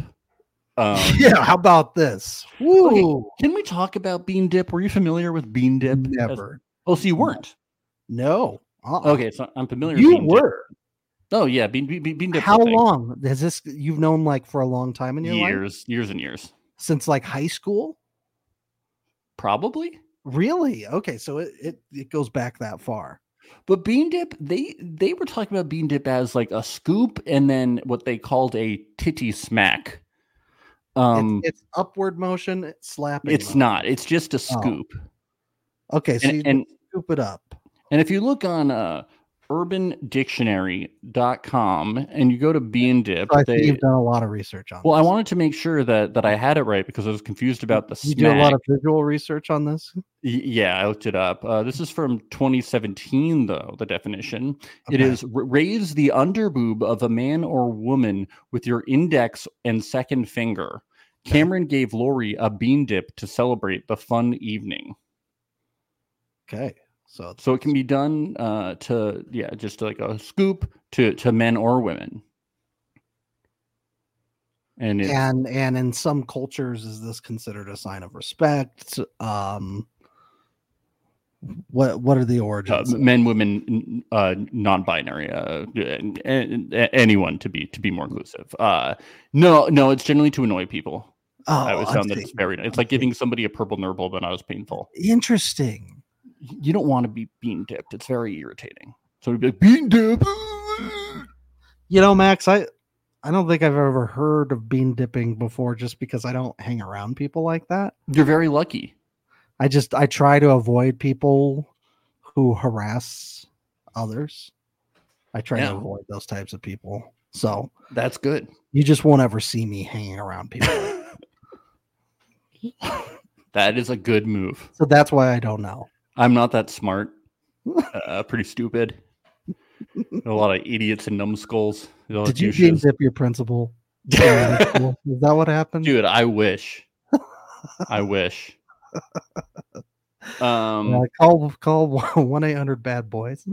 Um, Yeah, how about this? Woo! can we talk about bean dip? Were you familiar with bean dip? as- Never. oh, so you weren't. No. Uh-uh. Okay, so I'm familiar. You with bean dip. were. Oh yeah, bean bean, bean dip. How I think. long has this? You've known like for a long time in your life Years, years and years, since like high school. probably. Really? Okay, so it it, it goes back that far. But bean dip, they they were talking about bean dip as like a scoop and then what they called a titty smack. It's- Um, it's, it's, Oh, upward motion, it's slapping. motion. not. It's just a scoop. Okay, so and- you and- just scoop it up. And if you look on uh, urbandictionary.com and you go to bean dip, So I think they, you've done a lot of research on. well, I this. wanted to make sure that that I had it right because I was confused about the You smack. do a lot of visual research on this. Y- Yeah, I looked it up. Uh, this is from 2017, though, the definition. It Okay. is r- raise the underboob of a man or woman with your index and second finger. Cameron gave Lori a bean dip to celebrate the fun evening. Okay, so So it can be done uh, to, yeah, just like a scoop to, to men or women. And it's, and and in some cultures, is this considered a sign of respect? Um, what what are the uh, origins? men, women, n- uh, non-binary, uh, and, and, and anyone to be to be more inclusive. Uh, no, no, it's generally to annoy people. oh, I always I found that it's see. very. It's like giving somebody a purple nurble, but not as painful. interesting. You don't want to be bean dipped. It's very irritating. So it'd be like bean dip. You know, Max, I I don't think I've ever heard of bean dipping before, just because I don't hang around people like that. You're very lucky. I just I try to avoid people who harass others. I try Yeah. to avoid those types of people. So That's good. you just won't ever see me hanging around people. like that. That is a good move. so that's why I don't know. I'm not that smart. Uh, pretty stupid. a lot of idiots and numbskulls. They're all Did you bean douches. dip your principal? in high school? Is that what happened? dude i wish i wish um Uh, call call one eight hundred bad boys.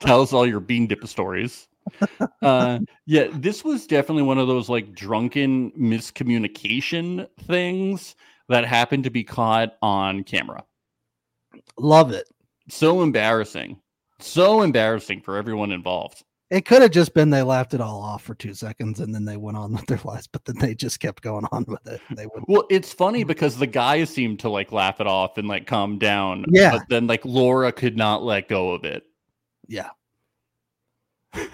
tell us all your bean dip stories uh yeah this was definitely one of those like drunken miscommunication things that happened to be caught on camera Love it. so embarrassing so embarrassing for everyone involved It could have just been they laughed it all off for two seconds and then they went on with their lives, but then they just kept going on with it. They would well it's funny Mm-hmm. because the guys seemed to like laugh it off and like calm down Yeah. but then like laura could not let go of it yeah.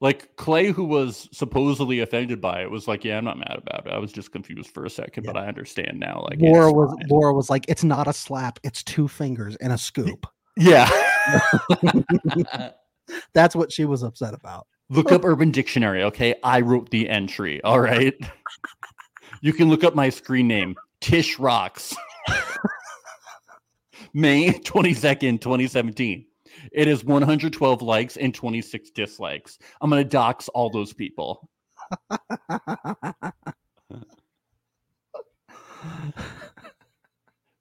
Like Clay, who was supposedly offended by it, was like, "Yeah, I'm not mad about it. I was just confused for a second, but I understand now." Like, yeah, Laura it's was fine." Laura was like, it's not a slap, it's two fingers and a scoop. yeah. That's what she was upset about. Look up Urban Dictionary, okay? I wrote the entry. All right. You can look up my screen name, Tish Rocks. May 22nd, 2017. It is 112 likes and 26 dislikes. I'm going to dox all those people.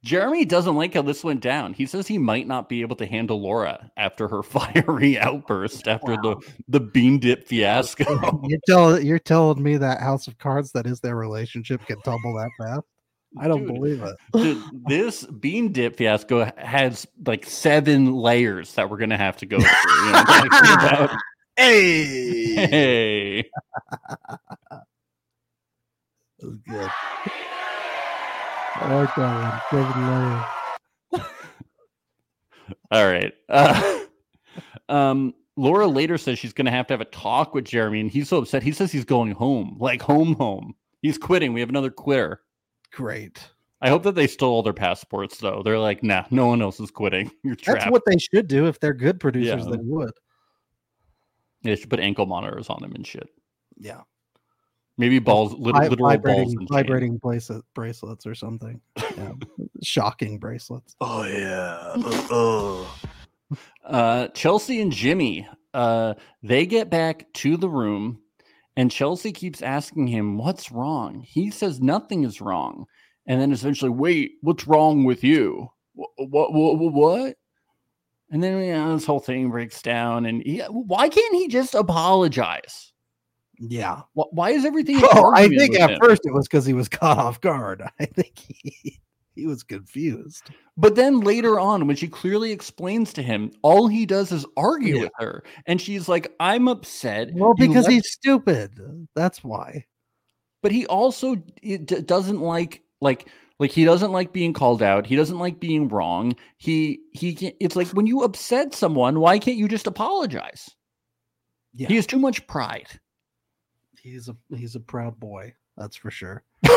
Jeremy doesn't like how this went down. He says he might not be able to handle Laura after her fiery outburst after the the bean dip fiasco. you tell you're telling me that House of Cards that is their relationship can tumble that fast. I don't Dude. believe it. Dude, this bean dip fiasco has like seven layers that we're gonna have to go through. you know, talking about- hey. That was good. I like that one. David Lowe. All right. Uh, um, Laura later says she's going to have to have a talk with Jeremy, and he's so upset. He says he's going home, like home, home. He's quitting. We have another quitter. Great. I hope that they stole all their passports, though. They're like, nah, no one else is quitting. You're trapped. That's what they should do if they're good producers. Yeah. They would. they should put ankle monitors on them and shit. Yeah. Maybe balls, lit- Vi- literal balls. vibrating And chain. vibrating bracelet, bracelets or something. Yeah. Shocking bracelets. Oh yeah. Oh. Uh, Chelsea and Jimmy, uh, they get back to the room, and Chelsea keeps asking him, What's wrong? He says, Nothing is wrong. And then eventually, Wait, what's wrong with you? What? What? What? And then you know, this whole thing breaks down. And he, why can't he just apologize? Yeah. Wh- Why is everything? an Well, Oh, I argument think with at him? first it was because he was caught off guard. I think he, he was confused. But then later on, when she clearly explains to him, all he does is argue Yeah. with her. And she's like, I'm upset. Well, You because left- he's stupid. That's why. but he also d- d- doesn't like like like he doesn't like being called out he doesn't like being wrong he he can it's like when you upset someone why can't you just apologize Yeah. he has too much pride He's a he's a proud boy. That's for sure. So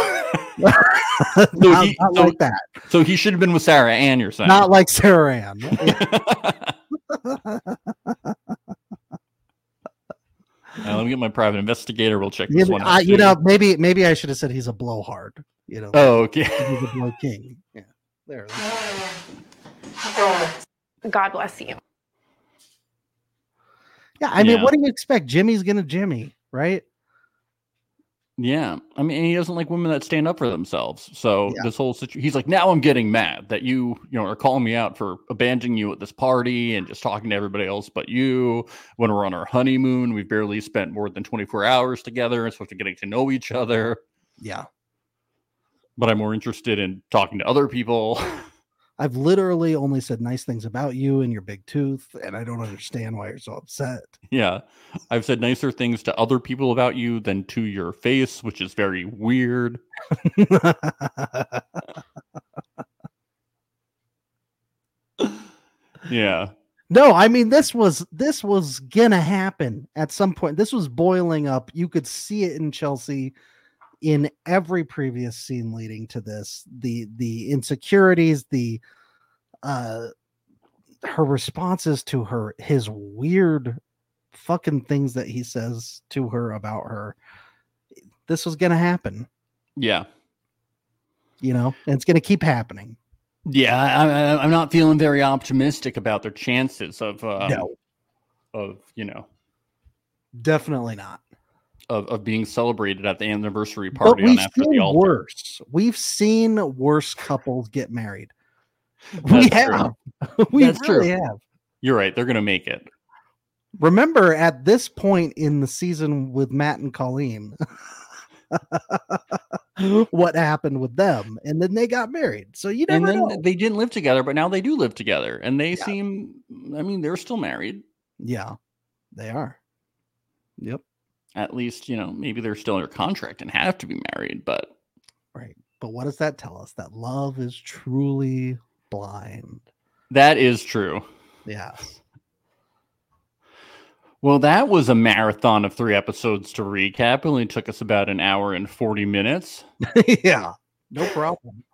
not, he- not so- like that. so he should have been with sarah ann you're saying Not like Sarah Ann. Uh, let me get my private investigator we'll check this you, one out I, you know, soon. maybe maybe I should have said he's a blowhard. You know, oh okay he's a blow king. Yeah, there. God bless you. Yeah, I mean, Yeah. what do you expect? Jimmy's gonna Jimmy, right? yeah i mean and he doesn't like women that stand up for themselves so Yeah. this whole situation he's like now i'm getting mad that you you know are calling me out for abandoning you at this party and just talking to everybody else but you when we're on our honeymoon we've barely spent more than 24 hours together and supposed to getting to know each other Yeah, but i'm more interested in talking to other people I've literally only said nice things about you and your big tooth, and I don't understand why you're so upset. yeah i've said nicer things to other people about you than to your face which is very weird yeah No, I mean this was this was gonna happen at some point. This was boiling up. You could see it in Chelsea in every previous scene leading to this. The the insecurities, the uh her responses to her his weird fucking things that he says to her about her. This was gonna happen, yeah you know, and it's gonna keep happening. Yeah, I, I, I'm not feeling very optimistic about their chances of uh, No. of you know Definitely not. of, of being celebrated at the anniversary But party on we've after the seen altar. worse. We've seen worse couples get married. We That's true. have. we That's really true. have. You're right; they're gonna make it. Remember, at this point in the season with Matt and Colleen, what happened with them, and then they got married. So you never and then know. they didn't live together, but now they do live together, and they seem. I mean, they're still married. yeah, they are. Yep. At least you know maybe they're still under contract and have to be married. But Right. But what does that tell us? That love is truly blind. that is true. Yes. Well, that was a marathon of three episodes to recap. It only took us about an hour and forty minutes. yeah. No problem.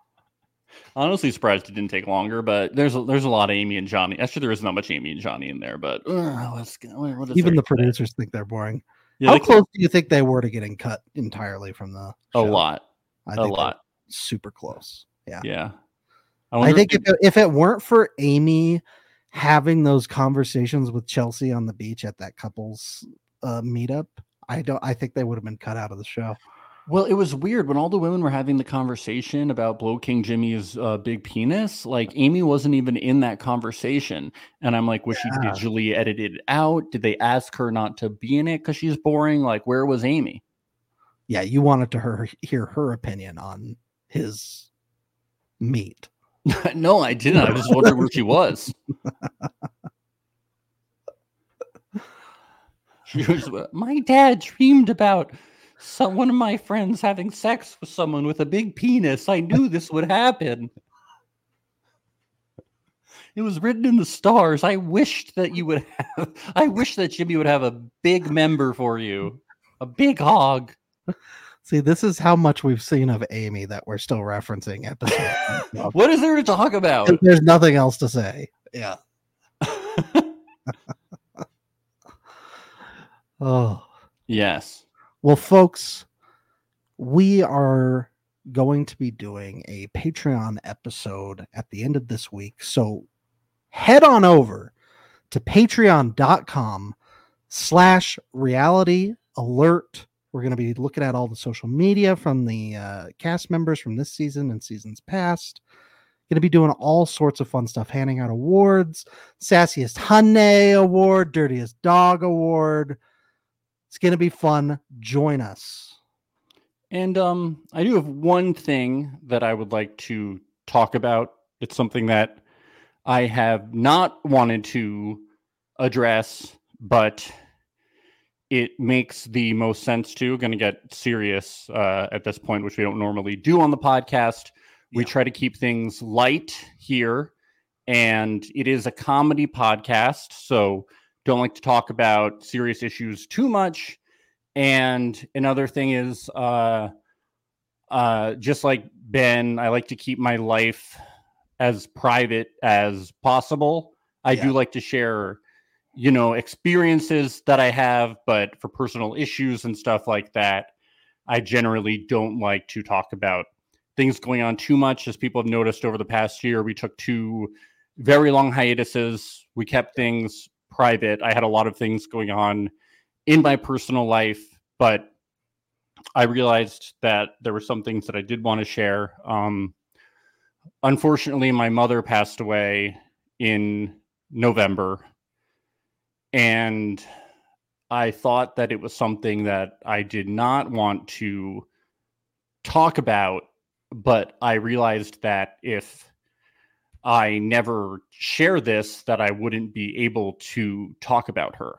Honestly, surprised it didn't take longer, but there's a, there's a lot of Amy and Johnny. Actually, there isn't that much Amy and Johnny in there, but uh, what's go- what- what is Even there the today? producers think they're boring. Yeah, How they- close do you think they were to getting cut entirely from the a show? lot. I a lot. Super close. Yeah. Yeah. I, I think if it, if it weren't for Amy having those conversations with Chelsea on the beach at that couple's uh, meetup, I don't. I think they would have been cut out of the show. Well, it was weird when all the women were having the conversation about Blow King Jimmy's uh, big penis. Like Amy wasn't even in that conversation, and I'm like, was she Yeah. digitally edited out? Did they ask her not to be in it because she's boring? Like, where was Amy? Yeah, you wanted to her, hear her opinion on his meat. no, I didn't. I just wondered where she was. She was My dad dreamed about some, one of my friends having sex with someone with a big penis. I knew this would happen. It was written in the stars. I wished that you would have, I wish that Jimmy would have a big member for you, a big hog. See, this is how much we've seen of Amy that we're still referencing episode. What is there to talk about? There's nothing else to say. Yeah. Oh. Yes. Well, folks, we are going to be doing a Patreon episode at the end of this week. So head on over to patreon.com slash reality alert. We're going to be looking at all the social media from the uh, cast members from this season and seasons past. Going to be doing all sorts of fun stuff, handing out awards, Sassiest Honey Award, Dirtiest Dog Award. It's going to be fun. Join us. And um, I do have one thing that I would like to talk about. It's something that I have not wanted to address, but it makes the most sense to. Going to get serious uh, at this point, which we don't normally do on the podcast. We try to keep things light here, and it is a comedy podcast, so don't like to talk about serious issues too much. And another thing is, uh, uh, just like Ben, I like to keep my life as private as possible. I do like to share, you know, experiences that I have, but for personal issues and stuff like that, I generally don't like to talk about things going on too much. As people have noticed over the past year, we took two very long hiatuses. We kept things private. I had a lot of things going on in my personal life, but I realized that there were some things that I did want to share. Um, unfortunately, my mother passed away in November, and I thought that it was something that I did not want to talk about, but I realized that if I never share this, that I wouldn't be able to talk about her.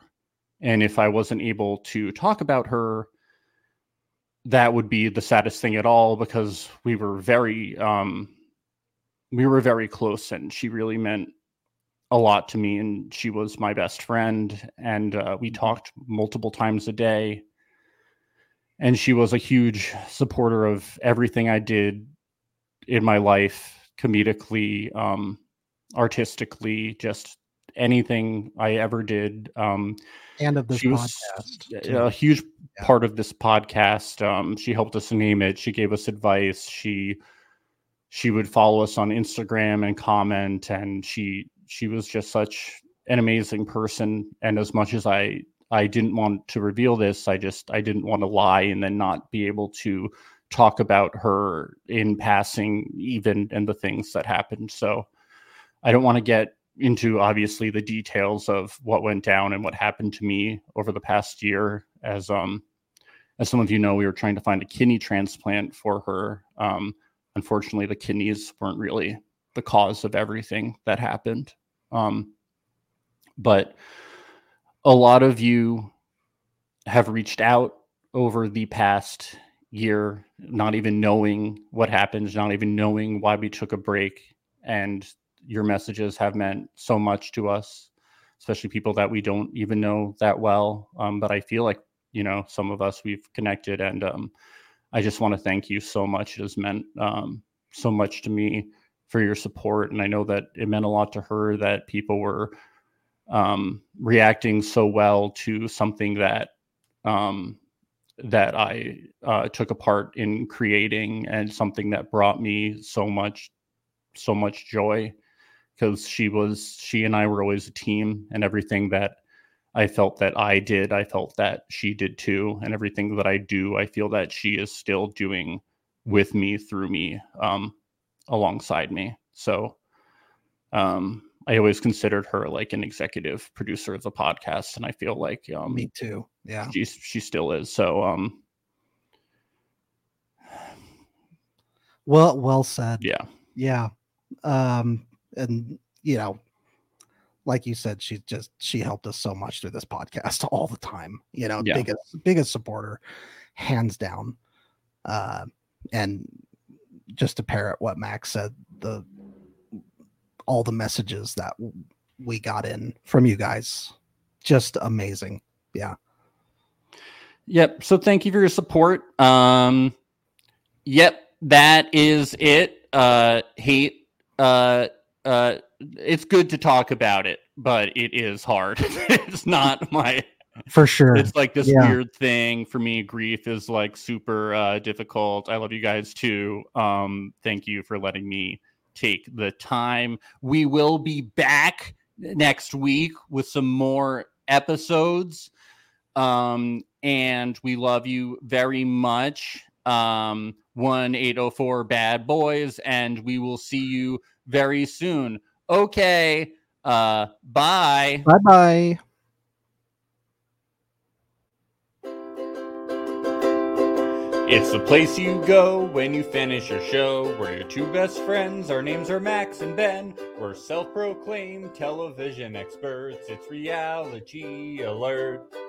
And if I wasn't able to talk about her, that would be the saddest thing at all because we were very um we were very close and she really meant a lot to me and she was my best friend and uh, we talked multiple times a day and she was a huge supporter of everything i did in my life comedically um artistically just anything i ever did um And of this she was podcast, a- too. a huge part of this podcast um she helped us name it she gave us advice she she would follow us on instagram and comment and she she was just such an amazing person and as much as i i didn't want to reveal this i just i didn't want to lie and then not be able to talk about her in passing even and the things that happened so I don't want to get into obviously the details of what went down and what happened to me over the past year. As um, as some of you know, we were trying to find a kidney transplant for her. Um, unfortunately, the kidneys weren't really the cause of everything that happened. Um, but a lot of you have reached out over the past year, not even knowing what happened, not even knowing why we took a break. And your messages have meant so much to us, especially people that we don't even know that well. Um, but I feel like, you know, some of us we've connected. And um, I just want to thank you so much. It has meant um, so much to me for your support. And I know that it meant a lot to her that people were um, reacting so well to something that um, that I uh, took a part in creating and something that brought me so much, so much joy. Because she was, she and I were always a team, and everything that I felt that I did, I felt that she did too. And everything that I do, I feel that she is still doing with me, through me, um, alongside me. So um, I always considered her like an executive producer of the podcast. And I feel like um, Oh, Me too. Yeah. she, she still is. So um, Well, well said. yeah. Yeah. Um, and you know, like you said, she just she helped us so much through this podcast all the time. You know, Yeah. biggest biggest supporter, hands down. Uh, and just to parrot what Max said, the all the messages that w- we got in from you guys, just amazing. Yeah. Yep. So thank you for your support. Um, yep, that is it. Uh, hate. Uh, uh, it's good to talk about it, but it is hard. it's not my. For sure. It's like this Yeah. weird thing for me. Grief is like super uh, difficult. I love you guys too. Um, thank you for letting me take the time. We will be back next week with some more episodes. Um, and we love you very much. Um, 1 804 Bad Boys, and we will see you very soon. Okay. Uh, bye. Bye bye. It's the place you go when you finish your show. We're your two best friends. Our names are Max and Ben. We're self proclaimed television experts. It's reality alert.